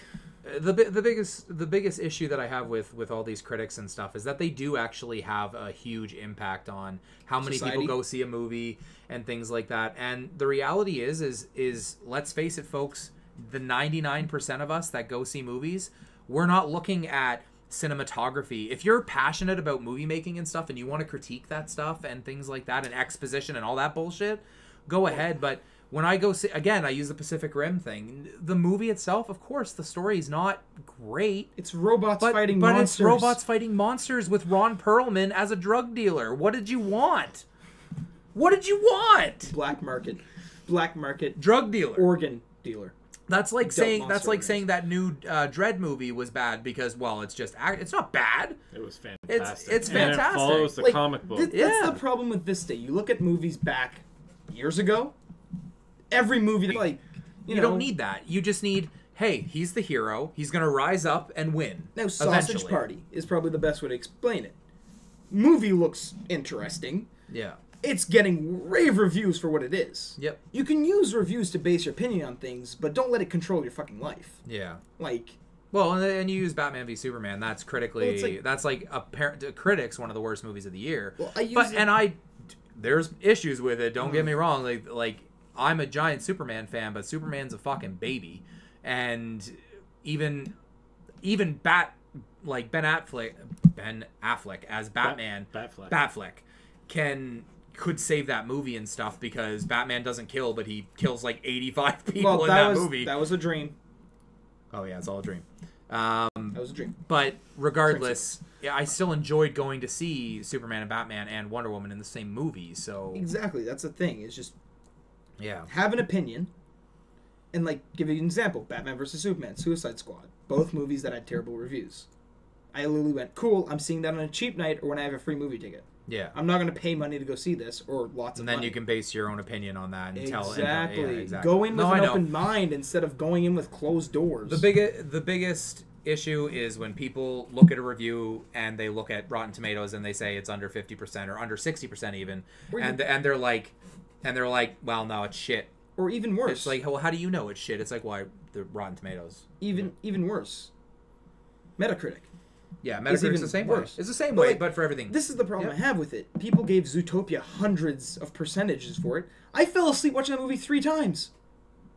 A: the bi- the biggest the biggest issue that I have with with all these critics and stuff is that they do actually have a huge impact on how many
B: Society.
A: people go see a movie and things like that. And the reality is is is let's face it folks, the 99% of us that go see movies, we're not looking at cinematography. If you're passionate about movie making and stuff and you want to critique that stuff and things like that and exposition and all that bullshit, go ahead, but when I go see again, I use the Pacific Rim thing. The movie itself, of course, the story is not great,
B: it's robots
A: but
B: fighting
A: but
B: monsters.
A: it's robots fighting monsters with Ron Perlman as a drug dealer. What did you want? What did you want?
B: Black market. Black market.
A: Drug dealer.
B: Organ dealer.
A: that's like saying
B: monster
A: that's like
B: owners.
A: saying that new uh, Dread movie was bad because well, it's just act- it's not bad.
C: It was fantastic.
A: it's
C: And it
A: fantastic.
C: follows the
B: Like,
C: comic book.
B: thi- That's
A: Yeah.
B: the problem with this day. You look at movies back years ago. Every movie, that, like
A: You
B: you, know,
A: don't need that. You just need hey, he's the hero. He's gonna rise up and win.
B: Now, Sausage
A: eventually.
B: Party is probably the best way to explain it. Movie looks interesting.
A: Yeah.
B: It's getting rave reviews for what it is.
A: Yep.
B: You can use reviews to base your opinion on things, but don't let it control your fucking life.
A: Yeah.
B: Like,
A: Well, and, and you use Batman v Superman. That's critically.
B: Well, it's like-
A: that's like apparent to critics one of the worst movies of the year.
B: Well, I use
A: but
B: it- Mm-hmm.
A: and I, there's issues with it. Don't get me wrong. Like like I'm a giant Superman fan, but Superman's a fucking baby, and even even Bat like Ben Affleck Ben Affleck as Batman
C: Batfleck.
A: Batfleck can could save that movie and stuff because Batman doesn't kill, but he kills like 85 people
B: well,
A: in
B: that,
A: that,
B: was
A: movie.
B: that was a dream.
A: oh yeah, it's all a dream. Mm.
B: That was a dream.
A: But regardless, yeah, I still enjoyed going to see Superman and Batman and Wonder Woman in the same movie. So
B: Exactly. That's the thing. It's just
A: yeah,
B: have an opinion, and like give you an example: Batman vs Superman, Suicide Squad, both movies that had terrible reviews. I literally went, "Cool, I'm seeing that on a cheap night or when I have a free movie ticket.
A: yeah.
B: I'm not going to pay money to go see this or lots of
A: and then
B: money."
A: you can base your own opinion on that and tell and tell-
B: exactly.
A: yeah, exactly.
B: Go in with
A: No, I
B: an
A: know.
B: open mind instead of going in with closed doors.
A: The big the biggest issue is when people look at a review and they look at Rotten Tomatoes and they say it's under fifty percent or under sixty percent even,
B: Or
A: and and they're like, and they're like, well, no, it's shit.
B: or even worse,
A: It's like, well, how do you know it's shit? It's like, why the Rotten Tomatoes?
B: even even worse, Metacritic.
A: Yeah,
B: even
A: Metacritic's the same
B: worse.
A: way. It's the same
B: But,
A: way,
B: like,
A: but for everything.
B: This is the problem
A: Yeah.
B: I have with it. People gave Zootopia hundreds of percentages for it. I fell asleep watching that movie three times.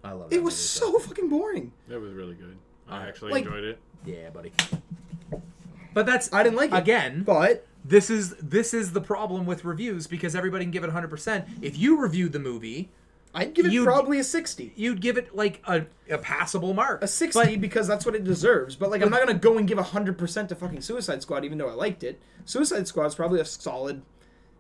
A: I love
B: It
A: that
B: was
A: movie,
B: so fucking boring.
C: That was really good. I actually
B: Like-
C: enjoyed it.
A: Yeah, buddy. But that's
B: I didn't like it.
A: again.
B: But
A: This is this is the problem with reviews because everybody can give it 100%. If you reviewed the movie,
B: I'd give it
A: You-
B: probably a sixty.
A: you'd give it like a, a passable mark.
B: A sixty because that's what it deserves. But like, I'm not gonna go and give hundred percent to fucking Suicide Squad, even though I liked it. Suicide Squad's probably a solid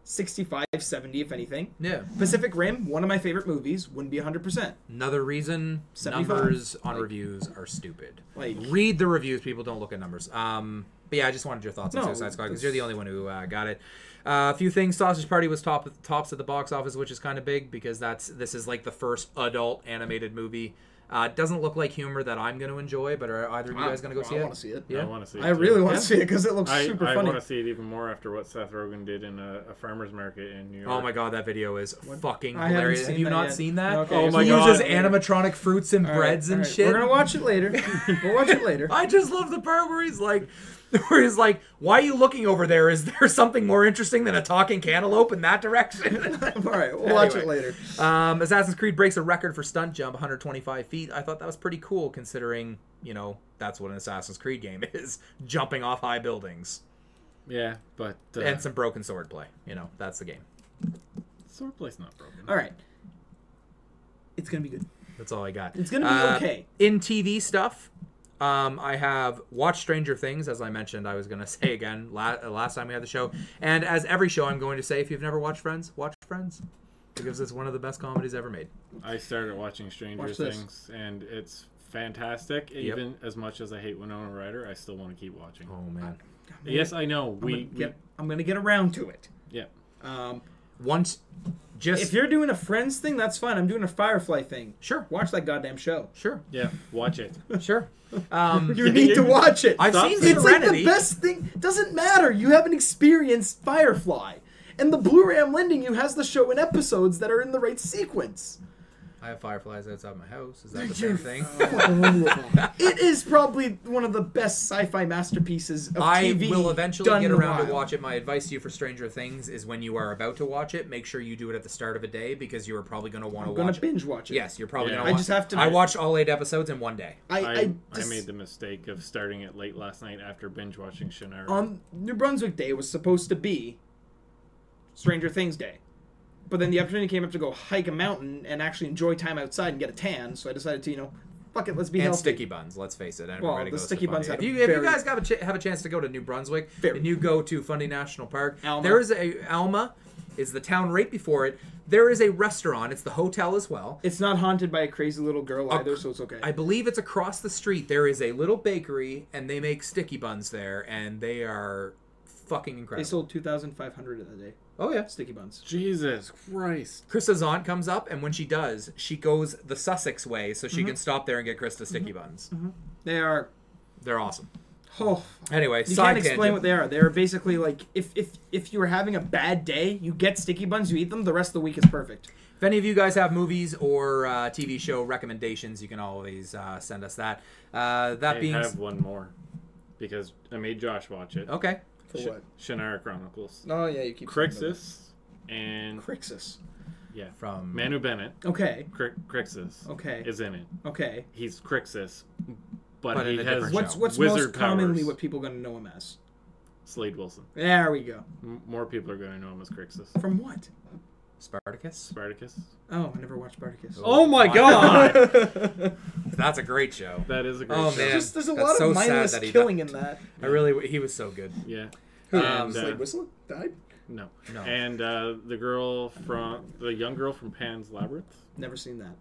B: 65, 70, if anything.
A: yeah.
B: Pacific Rim, one of my favorite movies, wouldn't be 100%.
A: Another reason
B: 75.
A: numbers on reviews are stupid.
B: like-
A: read the reviews, people. Don't look at numbers. Um, but yeah, I just wanted your thoughts on
B: No,
A: Suicide Squad because
B: that's-
A: you're the only one who uh, got it. Uh, a few things. Sausage Party was top tops at the box office, which is kind of big because that's this is like the first adult animated movie. Uh, it doesn't look like humor that I'm going to enjoy, but are either of you
B: Wow.
A: guys going to go
B: I
A: see it?
B: wanna see it.
A: Yeah.
C: I want to see.
B: I
C: it too.
B: really want to
C: Yeah.
B: see it because it looks
C: I,
B: super
C: I
B: funny.
C: want to see it even more after what Seth Rogen did in a, a farmer's market in New York.
A: Oh my god, that video is fucking
B: I haven't
A: hilarious. Have
B: seen
A: you
B: that
A: not
B: yet.
A: seen that?
B: Okay,
C: Oh my
A: he
C: God.
A: uses animatronic fruits and
B: All right,
A: breads and
B: all right.
A: shit.
B: We're going to watch it later. we'll watch it later.
A: I just love the part where he's like, where he's like, "Why are you looking over there? Is there something more interesting than a talking cantaloupe in that direction?"
B: All right, we'll watch it
A: Anyway.
B: later.
A: um, Assassin's Creed breaks a record for stunt jump, 125 feet. I thought that was pretty cool, considering you know that's what an Assassin's Creed game is: jumping off high buildings
C: Yeah, but uh,
A: and some broken sword play. You know, that's the game.
C: sword play's not broken.
B: All right. It's going to be good.
A: That's all I got. Uh,
B: It's gonna be okay.
A: In TV stuff, um, I have watched Stranger Things, as I mentioned. I was gonna say again la- uh, last time we had the show, and as every show, I'm going to say if you've never watched Friends, watch Friends because it's one of the best comedies ever made.
C: I started watching Stranger
B: Watch this.
C: Things, and it's fantastic. Even as much as I hate Winona Ryder, I still want to keep watching.
A: Oh man!
C: Yes, I know. We,
B: I'm gonna get, I'm gonna get around to it.
C: we yeah.
B: Um,
A: Once,
B: if
A: just
B: you're doing a Friends thing, that's fine. I'm doing a Firefly thing.
A: sure,
B: Watch that goddamn show.
A: sure,
C: Yeah, watch it.
A: sure. Um,
B: You need to watch it.
A: I've
C: Stop
A: seen
C: saying-
B: it's like the
A: Serenity.
B: best thing. Doesn't matter. You haven't experienced Firefly. And the Blu-ray I'm lending you has the show in episodes that are in the right sequence.
A: I have fireflies outside my house. Is that the same thing?
B: It is probably one of the best sci-fi masterpieces of
A: I
B: TV.
A: will eventually
B: done
A: get
B: in a
A: around to
B: while.
A: watch it. My advice to you for Stranger Things is when you are about to watch it, make sure you do it at the start of a day because you are probably going to want to
B: I'm gonna
A: watch it.
B: binge watch it.
A: Yes, you're probably
C: Yeah.
A: going to
C: I
A: watch
B: just
A: it.
B: have to-
A: I watched all eight episodes in one day.
B: I,
C: I,
B: I,
C: I
B: just-
C: made the mistake of starting it late last night after binge watching Shannara.
B: on New Brunswick Day was supposed to be Stranger Things Day. But then the opportunity came up to go hike a mountain and actually enjoy time outside and get a tan, so I decided to, you know, fuck it, let's be
A: and
B: healthy.
A: sticky buns. Let's face it. everybody
B: the
A: goes to
B: sticky
A: Fundy.
B: buns had
A: If
B: a
A: you, if you
B: very-
A: guys have a, ch- have a chance to go to New Brunswick
B: Very-
A: and you go to Fundy National Park,
B: Alma.
A: there is a Alma, is the town right before it. There is a restaurant. It's the hotel as well.
B: It's not haunted by a crazy little girl either, so it's okay.
A: I believe it's across the street. There is a little bakery, and they make sticky buns there, and they are fucking
B: they
A: incredible.
B: sold 2,500 of the day.
A: oh yeah.
B: Sticky buns.
C: Jesus Christ.
A: Krista's aunt comes up, and when she does, she goes the Sussex way, so
B: Mm-hmm.
A: she can stop there and get Krista sticky buns.
B: They are.
A: They're awesome.
B: Oh,
A: Anyway,
B: you
A: side
B: can't explain
A: tangent.
B: what they are. They are basically like if if if you were having a bad day, you get sticky buns, you eat them. The rest of the week is perfect.
A: If any of you guys have movies or uh, TV show recommendations, you can always uh, send us that. Uh, that
C: I
A: being
C: have one more because I made Josh watch it.
B: Oh.
A: okay,
B: For
C: Sh- Shannara Chronicles.
B: Oh yeah, you keep
C: Crixus and
B: Crixus.
C: yeah,
A: from
C: Manu Bennett.
B: Okay.
C: Cri- Crixus
B: Okay.
C: is in it.
B: Okay.
C: He's Crixus, but,
A: But
C: he
A: in a
C: has
A: different
B: What's
A: show.
B: what's
C: wizard
B: most commonly
C: powers.
B: what people gonna know him as?
C: Slade Wilson.
B: There we go.
C: M- more people are going to know him as Crixus.
B: From what?
A: Spartacus.
C: Spartacus.
B: Oh, I never watched Spartacus.
A: Oh my God!
B: There's
A: That's a great show.
C: that is a great
A: Oh,
C: show.
A: man.
B: just there's a
A: That's
B: lot
A: so
B: of
A: sad
B: mindless
A: that he
B: killing in that.
A: I really he was so good.
C: Yeah.
A: Who?
C: And,
A: Um,
C: uh,
B: Whistle died.
C: no.
A: No.
C: And uh, the girl from the young girl from Pan's Labyrinth.
B: Never seen that.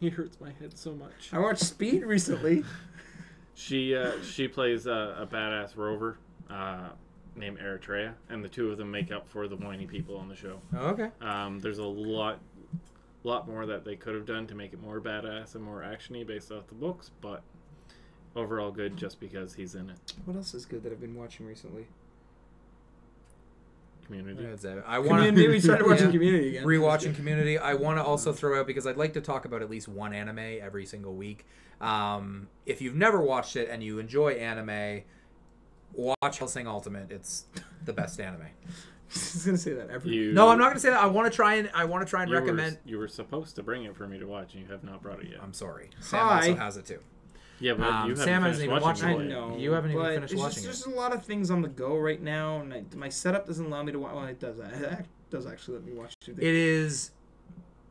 C: He hurts my head so much.
B: I watched Speed recently.
C: She uh, she plays a, a badass rover uh, named Eritrea, and the two of them make up for the whiny people on the show.
A: Okay.
C: Um, there's a lot lot more that they could have done to make it more badass and more actiony based off the books, but overall good just because he's in it.
B: What else is good that I've been watching recently?
C: Community.
A: That's it. I want
B: Community.
A: to
B: We started watching
A: Yeah.
B: Community again.
A: rewatching Community. I want to also throw out because I'd like to talk about at least one anime every single week. Um, if you've never watched it and you enjoy anime, watch Hellsing Ultimate. It's the best anime.
B: I was gonna say that every.
C: You,
A: No, I'm not gonna say that. I want to try and I want to try and
C: you were-
A: recommend.
C: you were supposed to bring it for me to watch, and you have not brought it yet.
B: Um,
A: I'm sorry. Sam
B: Hi.
A: also has it too.
C: yeah, but
A: um,
C: you haven't
A: Sam hasn't
C: finished
A: even
C: watching
B: I
A: watched
C: it.
A: it.
C: yet.
B: know.
A: You haven't even
B: but
A: finished
B: it's
A: watching it.
B: just, There's a lot of things on the go right now, and I, my setup doesn't allow me to watch. Well, it does. It act- does actually let me watch two things.
A: It is.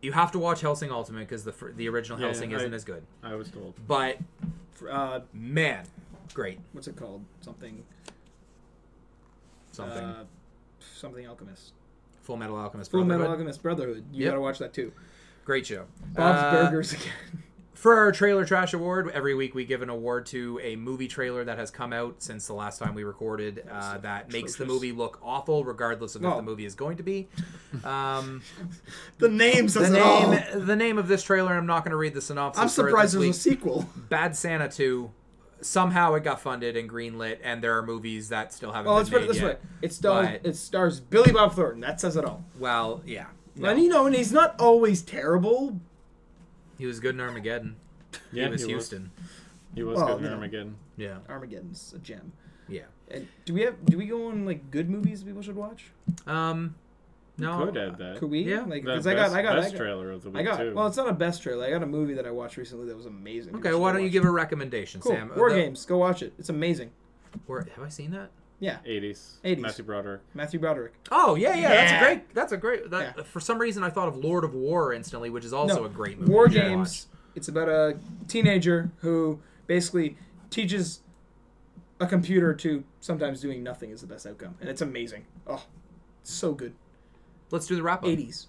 A: You have to watch Hellsing Ultimate because the fir- the original
C: Yeah,
A: Hellsing
C: I-
A: isn't as good.
C: I was told.
A: But
B: uh,
A: man, great
B: what's it called? Something.
A: something.
B: Uh, something Alchemist.
A: Full Metal Alchemist.
B: Full Metal
A: Brotherhood.
B: Alchemist Brotherhood. You
A: Yep.
B: gotta watch that too.
A: Great show.
B: Bob's
A: Uh,
B: Burgers again.
A: For our Trailer Trash Award, every week we give an award to a movie trailer that has come out since the last time we recorded uh, that makes the
B: atrocious.
A: movie look awful, regardless of if
B: No.
A: the movie is going to be. Um,
B: the name says
A: the
B: it all.
A: name, the name of this trailer. I'm not going to read the synopsis.
B: I'm
A: for it
B: surprised
A: this
B: there's a
A: week.
B: sequel.
A: Bad Santa 2. Somehow it got funded and greenlit, and there are movies that still haven't. been
B: Well, Oh, let's put it
A: made
B: this way:
A: yet.
B: it stars
A: but-
B: it stars Billy Bob Thornton. That says it all.
A: Well, yeah, No.
B: And you know, and he's not always terrible.
A: he was good in Armageddon.
C: Yeah,
A: he was
C: he
A: Houston.
C: Was, he was
B: Well,
C: good in
B: yeah.
C: Armageddon.
A: Yeah,
B: Armageddon's a gem.
A: yeah.
B: And do we have? Do we go on like good movies people should watch?
A: Um,
C: You
A: no,
C: could add that.
B: Could we?
A: Yeah.
B: Like,
C: That
B: because I got, I got, I
C: best
B: got,
C: trailer of the week
B: I got.
C: too.
B: Well, it's not a best trailer. I got a movie that I watched recently that was amazing.
A: Okay, why don't you give a recommendation,
B: cool.
A: Sam?
B: War
A: The-
B: Games? Go watch it. It's amazing.
A: War- have I seen that?
C: 80s.
B: 80s.
C: Matthew Broderick.
B: Matthew Broderick.
A: Oh yeah, yeah. That's a
B: Yeah.
A: great. That's a great. That, For some reason, I thought of Lord of War instantly, which is also
B: No,
A: a great movie.
B: War
A: you should
B: Games. It's about a teenager who basically teaches a computer to sometimes doing nothing is the best outcome, and it's amazing. Oh, so good.
A: watch. Let's do the wrap up.
B: Eighties.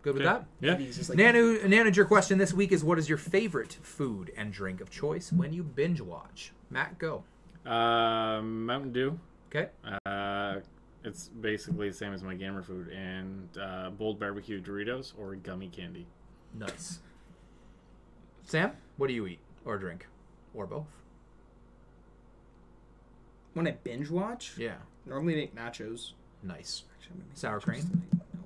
A: Good with that.
C: Yeah.
B: Eighties is like
A: Nanu, Nanu, your question this week is: What is your favorite food and drink of choice when you binge watch? Matt, go.
C: Uh, Mountain Dew.
A: Okay.
C: Uh, it's basically the same as my gamer food and uh, bold barbecue Doritos or gummy candy.
A: Nice. Sam, what do you eat or drink, or both?
B: when I binge watch,
A: Yeah.
B: normally make nachos.
A: Nice.
B: Actually, I'm gonna make
A: Sour
B: nachos
A: cream?
B: tonight. No.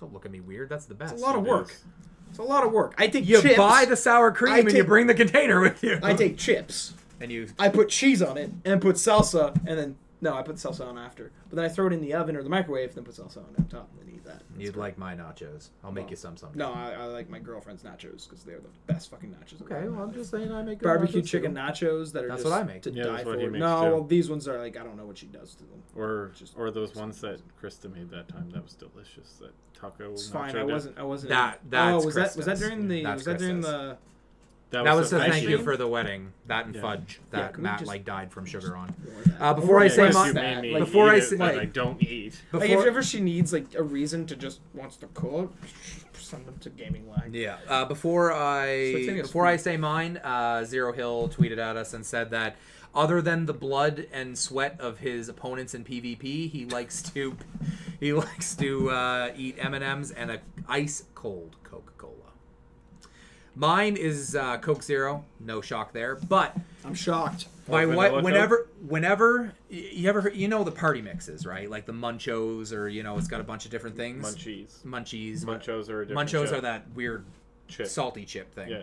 A: Don't look at me weird. That's the best.
B: It's a lot of
C: It
B: work.
C: is.
B: It's a lot of work. I take
A: You
B: chips.
A: buy the sour cream
B: I
A: and you
B: take-
A: bring the container with you.
B: I take chips.
A: and you
B: I put cheese on it and put salsa, and then no, I put salsa on after. But then I throw it in the oven or the microwave, then put salsa on top, and then eat that.
A: you'd like my nachos. I'll make you some someday.
B: No, I, I like my girlfriend's nachos because they're the best fucking nachos. I've
A: Okay,
B: ever
A: well
B: had.
A: I'm just saying I make good
B: barbecue
A: nachos,
B: chicken
A: too.
B: nachos that are
A: That's
B: just
A: what I make.
B: to
C: Yeah,
B: die
C: that's what
B: for.
C: he
B: No,
C: makes, too.
B: well these ones are like I don't know what she does to them.
C: Or
B: Just-
C: or those ones that Krista made that time. That was delicious. That taco.
B: It's
C: nacho
B: fine. I
C: dip.
B: wasn't. I wasn't.
A: That-
B: in-
A: that's
B: oh, was that was that
A: Krista's.
B: during the
A: That's
B: was that during
A: Krista's.
B: the
A: That was
C: the
A: the thank
C: ice
A: you
C: cream.
A: for the wedding. That and
C: Yeah.
A: fudge
B: Yeah,
A: that
B: can we
A: Matt
B: just-
A: like died from sugar on.
B: Or that.
A: before I
B: Or
A: say
B: that.
A: my-
C: Yes,
B: Like,
C: you made me
B: like,
A: before
C: eat
A: I
C: it
A: say-
C: that
B: like-
C: I don't eat.
B: like,
A: Before-
B: if ever she needs like a reason to just wants to cook, send them to gaming lag.
A: Yeah. Uh, before
B: So
A: I
B: it's in his
A: before I
B: food.
A: say mine, uh, Zero Hill tweeted at us and said that other than the blood and sweat of his opponents in PvP, he likes to he likes to uh, eat M and M's and a ice cold Coca Cola. Mine is uh, Coke Zero. No shock there, but.
B: I'm shocked.
A: By
C: Or
A: what?
C: Oh, vanilla
A: Whenever, whenever y- you ever, heard- you know the party mixes, right? Like the Munchos, or you know, it's got a bunch of different things.
C: Munchies.
A: Munchies.
C: Munchos are a different
A: Munchos
C: chip.
A: are that weird
C: Chip.
A: salty chip thing.
C: Yeah.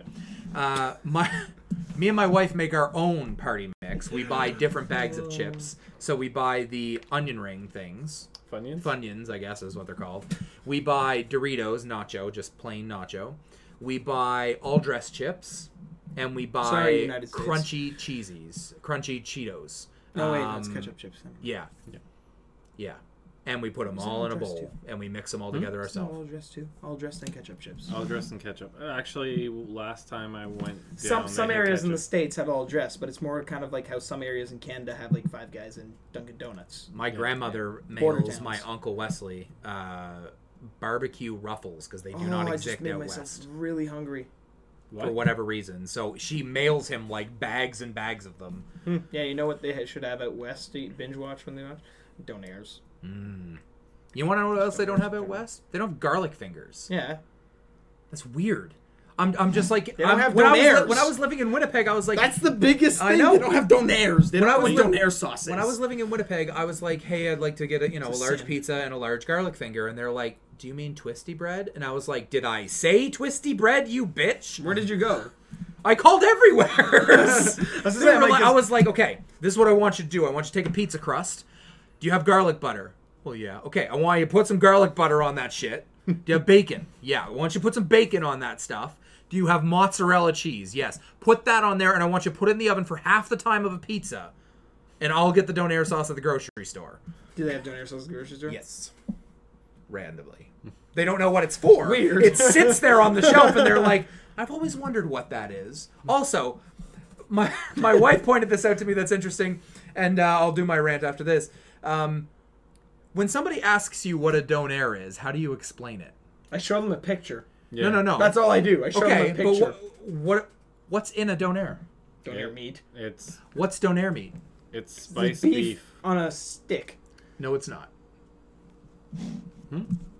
A: Uh, my, me and my wife make our own party mix. We buy different bags of chips. So we buy the onion ring things,
C: Funyuns.
A: Funyuns, I guess is what they're called. We buy Doritos nacho, just plain nacho. We buy all dress chips, and we buy
B: Sorry, United States.
A: crunchy cheesies, crunchy Cheetos.
B: No wait, that's
A: Um,
B: ketchup chips.
A: Yeah,
C: Yeah.
A: yeah, and we put them
B: Is it
A: all
B: all
A: in a
B: dressed
A: bowl,
B: too?
A: and we mix them all
C: Hmm?
A: together
B: It's not all
A: ourselves.
B: dressed too. All dressed in ketchup chips.
A: Oh,
C: All dressed in ketchup. Uh, Actually, last time I went. Down,
B: some
C: they
B: some
C: had
B: areas in the
C: ketchup.
B: states have all dressed, but it's more kind of like how some areas in Canada have like Five Guys and Dunkin' Donuts.
A: My grandmother
B: Border
A: mails my
B: towns.
A: uncle Wesley uh, barbecue ruffles because they do
B: oh,
A: not
B: I just
A: exist
B: made
A: out
B: myself
A: west.
B: really hungry.
C: What?
A: For whatever reason, so she mails him like bags and bags of them.
B: Yeah, you know what they ha- should have out west to eat binge watch when they watch? Donairs.
A: Mm. You want to know what else they don't have out west? They don't have garlic fingers.
B: Yeah.
A: That's weird. I'm, I'm just like
B: don't
A: I'm-
B: have
A: when I, was li-
B: Donairs.
A: when I was living in Winnipeg, I was like
B: That's the biggest thing.
A: I know.
B: They don't have Donairs. They
A: When
B: don't
A: I
B: have
A: was li-
B: Donair sauces.
A: when I was living in Winnipeg, I was like, hey, I'd like to get a you know a
B: It's a
A: large
B: sin.
A: pizza and a large garlic finger, and they're like, do you mean twisty bread? And I was like, did I say twisty bread, you bitch?
B: Where did you go?
A: I called everywhere.
B: I was,
A: They were like- I was like, okay, this is what I want you to do. I want you to take a pizza crust. Do you have garlic butter? Well, yeah. Okay, I want you to put some garlic butter on that shit. Do you have bacon? Yeah, I want you to put some bacon on that stuff. Do you have mozzarella cheese? Yes. Put that on there, and I want you to put it in the oven for half the time of a pizza, and I'll get the donair sauce at the grocery store.
B: Do they have Donair sauces at the grocery store?
A: Yes. Randomly. They don't know what it's for.
B: Weird.
A: It sits there on the shelf and they're like, I've always wondered what that is. Also, my my wife pointed this out to me that's interesting, and uh, I'll do my rant after this. Um, when somebody asks you what a donair is, how do you explain it?
B: I show them a picture.
C: Yeah.
A: No, no, no.
B: That's all I do. I show
A: Oh. okay,
B: them a
A: but
B: picture.
A: wh- what what's in a donair?
B: Donair
C: Yeah.
B: meat.
C: It's
A: What's donair meat?
C: it's
B: It's
C: spiced beef.
B: on a stick.
A: No, it's not.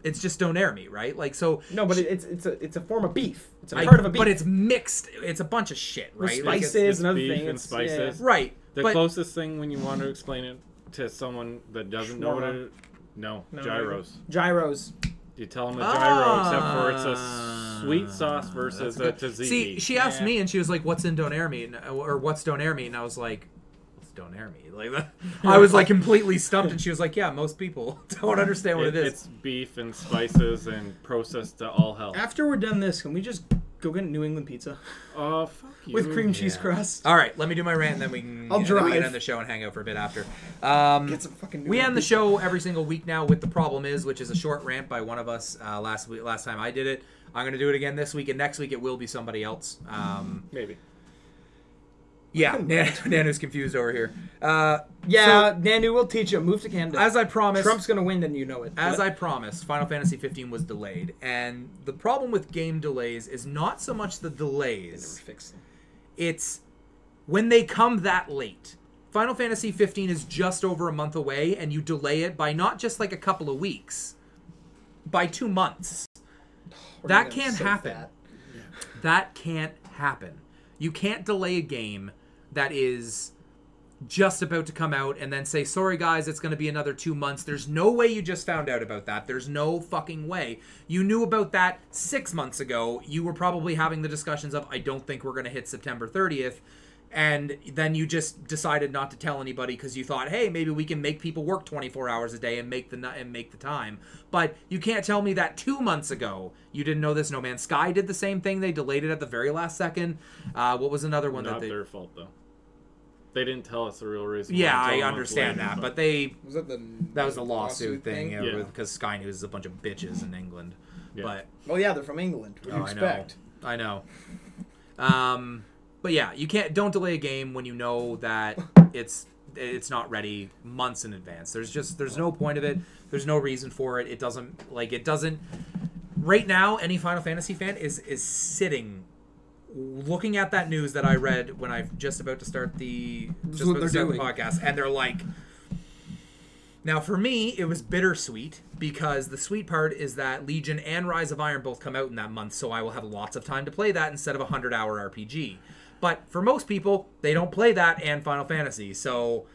A: It's just donair meat, right? Like so.
B: Hmm? No, but it, it's it's a it's a form of beef. It's a
A: I-
B: part of a beef.
A: But it's mixed. It's a bunch of shit, right?
B: spices
A: Like,
C: It's-
B: is
C: it's
B: another
C: beef
B: thing.
C: and
B: It's- yeah,
C: spices.
B: yeah.
A: right.
C: The
A: but
C: closest thing when you want to explain it to someone that doesn't know what
B: Shawarma.
C: it no,
B: No,
C: gyros.
B: gyros.
C: You tell them a gyro, except for it's
A: Ah,
C: a sweet sauce versus a
A: that's
C: tzatziki.
A: good. See, she asked
B: Yeah.
A: me, and she was like, "What's in donair meat?" And- or "What's donair meat?" And I was like, "What's donair meat?" Like that. I was like completely stumped, and she was like, "Yeah, most people don't understand what
C: It-
A: it
C: It's
A: is."
C: beef and spices and processed to all hell.
B: After we're done this, can we just go get New England pizza
C: Oh, fuck you.
B: with cream cheese crust?
A: All right, let me do my rant, and then we can,
B: I'll
A: and then we can
B: drive.
A: end the show and hang out for a bit after. Um,
B: Get some fucking. New
A: We
B: England
A: end the
B: pizza.
A: show every single week now with the problem is, which is a short rant by one of us. Uh, last week, last time I did it, I'm going to do it again this week, and next week it will be somebody else. Um,
C: Maybe.
A: yeah, Nan- Nanu's confused over here. Uh,
B: Yeah, Nanu will teach you. Move to Canada.
A: as I promised,
B: Trump's gonna win, then you know it.
A: as I promised, Final Fantasy 15 was delayed, and the problem with game delays is not so much the delays.
B: fix it.
A: it's when they come that late. Final Fantasy 15 is just over a month away, and you delay it by not just like a couple of weeks, by two months. That can't happen. That can't happen. You can't delay a game that is just about to come out and then say, sorry guys, it's going to be another two months. There's no way you just found out about that. There's no fucking way. You knew about that six months ago. You were probably having the discussions of, I don't think we're going to hit September 30th. And then you just decided not to tell anybody because you thought, hey, maybe we can make people work 24 hours a day and make the nu- and make the time. But you can't tell me that two months ago you didn't know this. No Man's Sky did the same thing. They delayed it at the very last second. Uh, what was another one
C: Not
A: that they?
C: their fault though. They didn't tell us the real reason.
A: Yeah,
C: until
A: I
C: months
A: understand
C: later,
A: that, but they
B: Was that the
A: that was the lawsuit, thing,
B: Yeah.
C: Yeah.
A: because Sky News is a bunch of bitches in England.
C: Yeah.
A: But
B: Well, Oh, yeah, they're from England. What do you
A: Oh,
B: expect?
A: I know, I know. Um, but yeah, you can't don't delay a game when you know that it's it's not ready months in advance. There's just there's no point of it. There's no reason for it. It doesn't like it doesn't. Right now, any Final Fantasy fan is is sitting. Looking at that news that I read when I'm just about to start the
B: is
A: just
B: what
A: about to
B: they're
A: start the
B: doing.
A: podcast, and they're like, now, for me, it was bittersweet because the sweet part is that Legion and Rise of Iron both come out in that month, so I will have lots of time to play that instead of a 100 hour RPG. But for most people, they don't play that and Final Fantasy. So,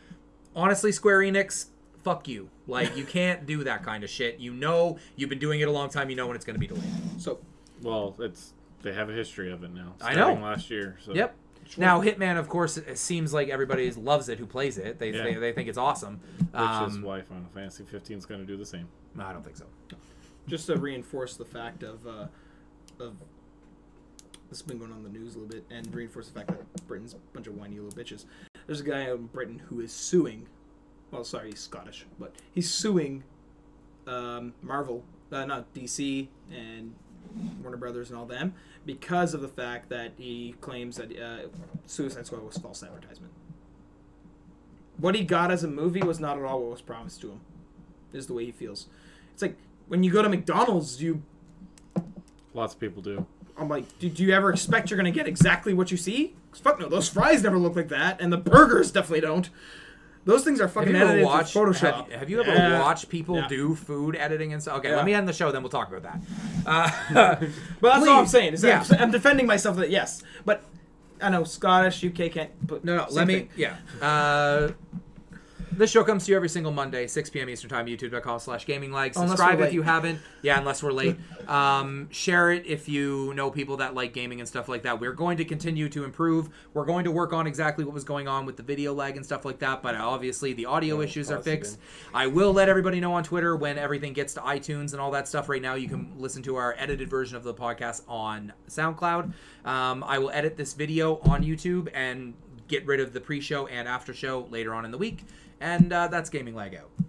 A: honestly, Square Enix, fuck you. Like, you can't do that kind of shit. You know, you've been doing it a long time, you know when it's going to be delayed.
B: So
C: well, it's they have a history of it now.
A: I
C: starting
A: know.
C: Last year. So.
A: Yep. Now, Hitman, of course, it seems like everybody loves it who plays it. They,
C: Yeah.
A: they, they think it's awesome.
C: Which
A: Um,
C: is why Final Fantasy 15 is going to do the same.
A: I don't think so.
B: just to reinforce the fact of uh, of this has been going on in the news a little bit, and reinforce the fact that Britain's a bunch of whiny little bitches. There's a guy out in Britain who is suing. Well, sorry, he's Scottish, but he's suing um, Marvel, uh, not DC and Warner Brothers and all them because of the fact that he claims that uh, Suicide Squad was false advertisement. What he got as a movie was not at all what was promised to him. Is the way he feels. It's like when you go to McDonald's, you
C: Lots of people do.
B: I'm like, do, do you ever expect you're gonna get exactly what you see? 'Cause fuck no, those fries never look like that, and the burgers definitely don't. Those things are
A: Have
B: fucking
A: you ever
B: edited with
A: watched?
B: Photoshop.
A: Have, have you ever
B: Yeah.
A: watched people
B: Yeah.
A: do food editing and stuff? Okay,
B: Yeah.
A: let me end the show, then we'll talk about that. Uh,
B: But that's all I'm
A: Please.
B: saying. Is that
A: Yeah.
B: I'm defending myself that yes, but I know Scottish, UK can't. But
A: no, no,
B: same
A: let me.
B: thing.
A: Yeah. Uh, this show comes to you every single Monday, 6 p.m. Eastern Time, youtube.com slash gaming like.
B: Unless
A: Subscribe
B: we're
A: if you
B: late.
A: haven't. Yeah, unless we're late. Um, share it if you know people that like gaming and stuff like that. We're going to continue to improve. We're going to work on exactly what was going on with the video lag and stuff like that, but obviously the audio issues are
C: pause again.
A: fixed. I will let everybody know on Twitter when everything gets to iTunes and all that stuff. Right now, you can listen to our edited version of the podcast on SoundCloud. Um, I will edit this video on YouTube and get rid of the pre show and after show later on in the week. And uh, that's Gaming Lag Out.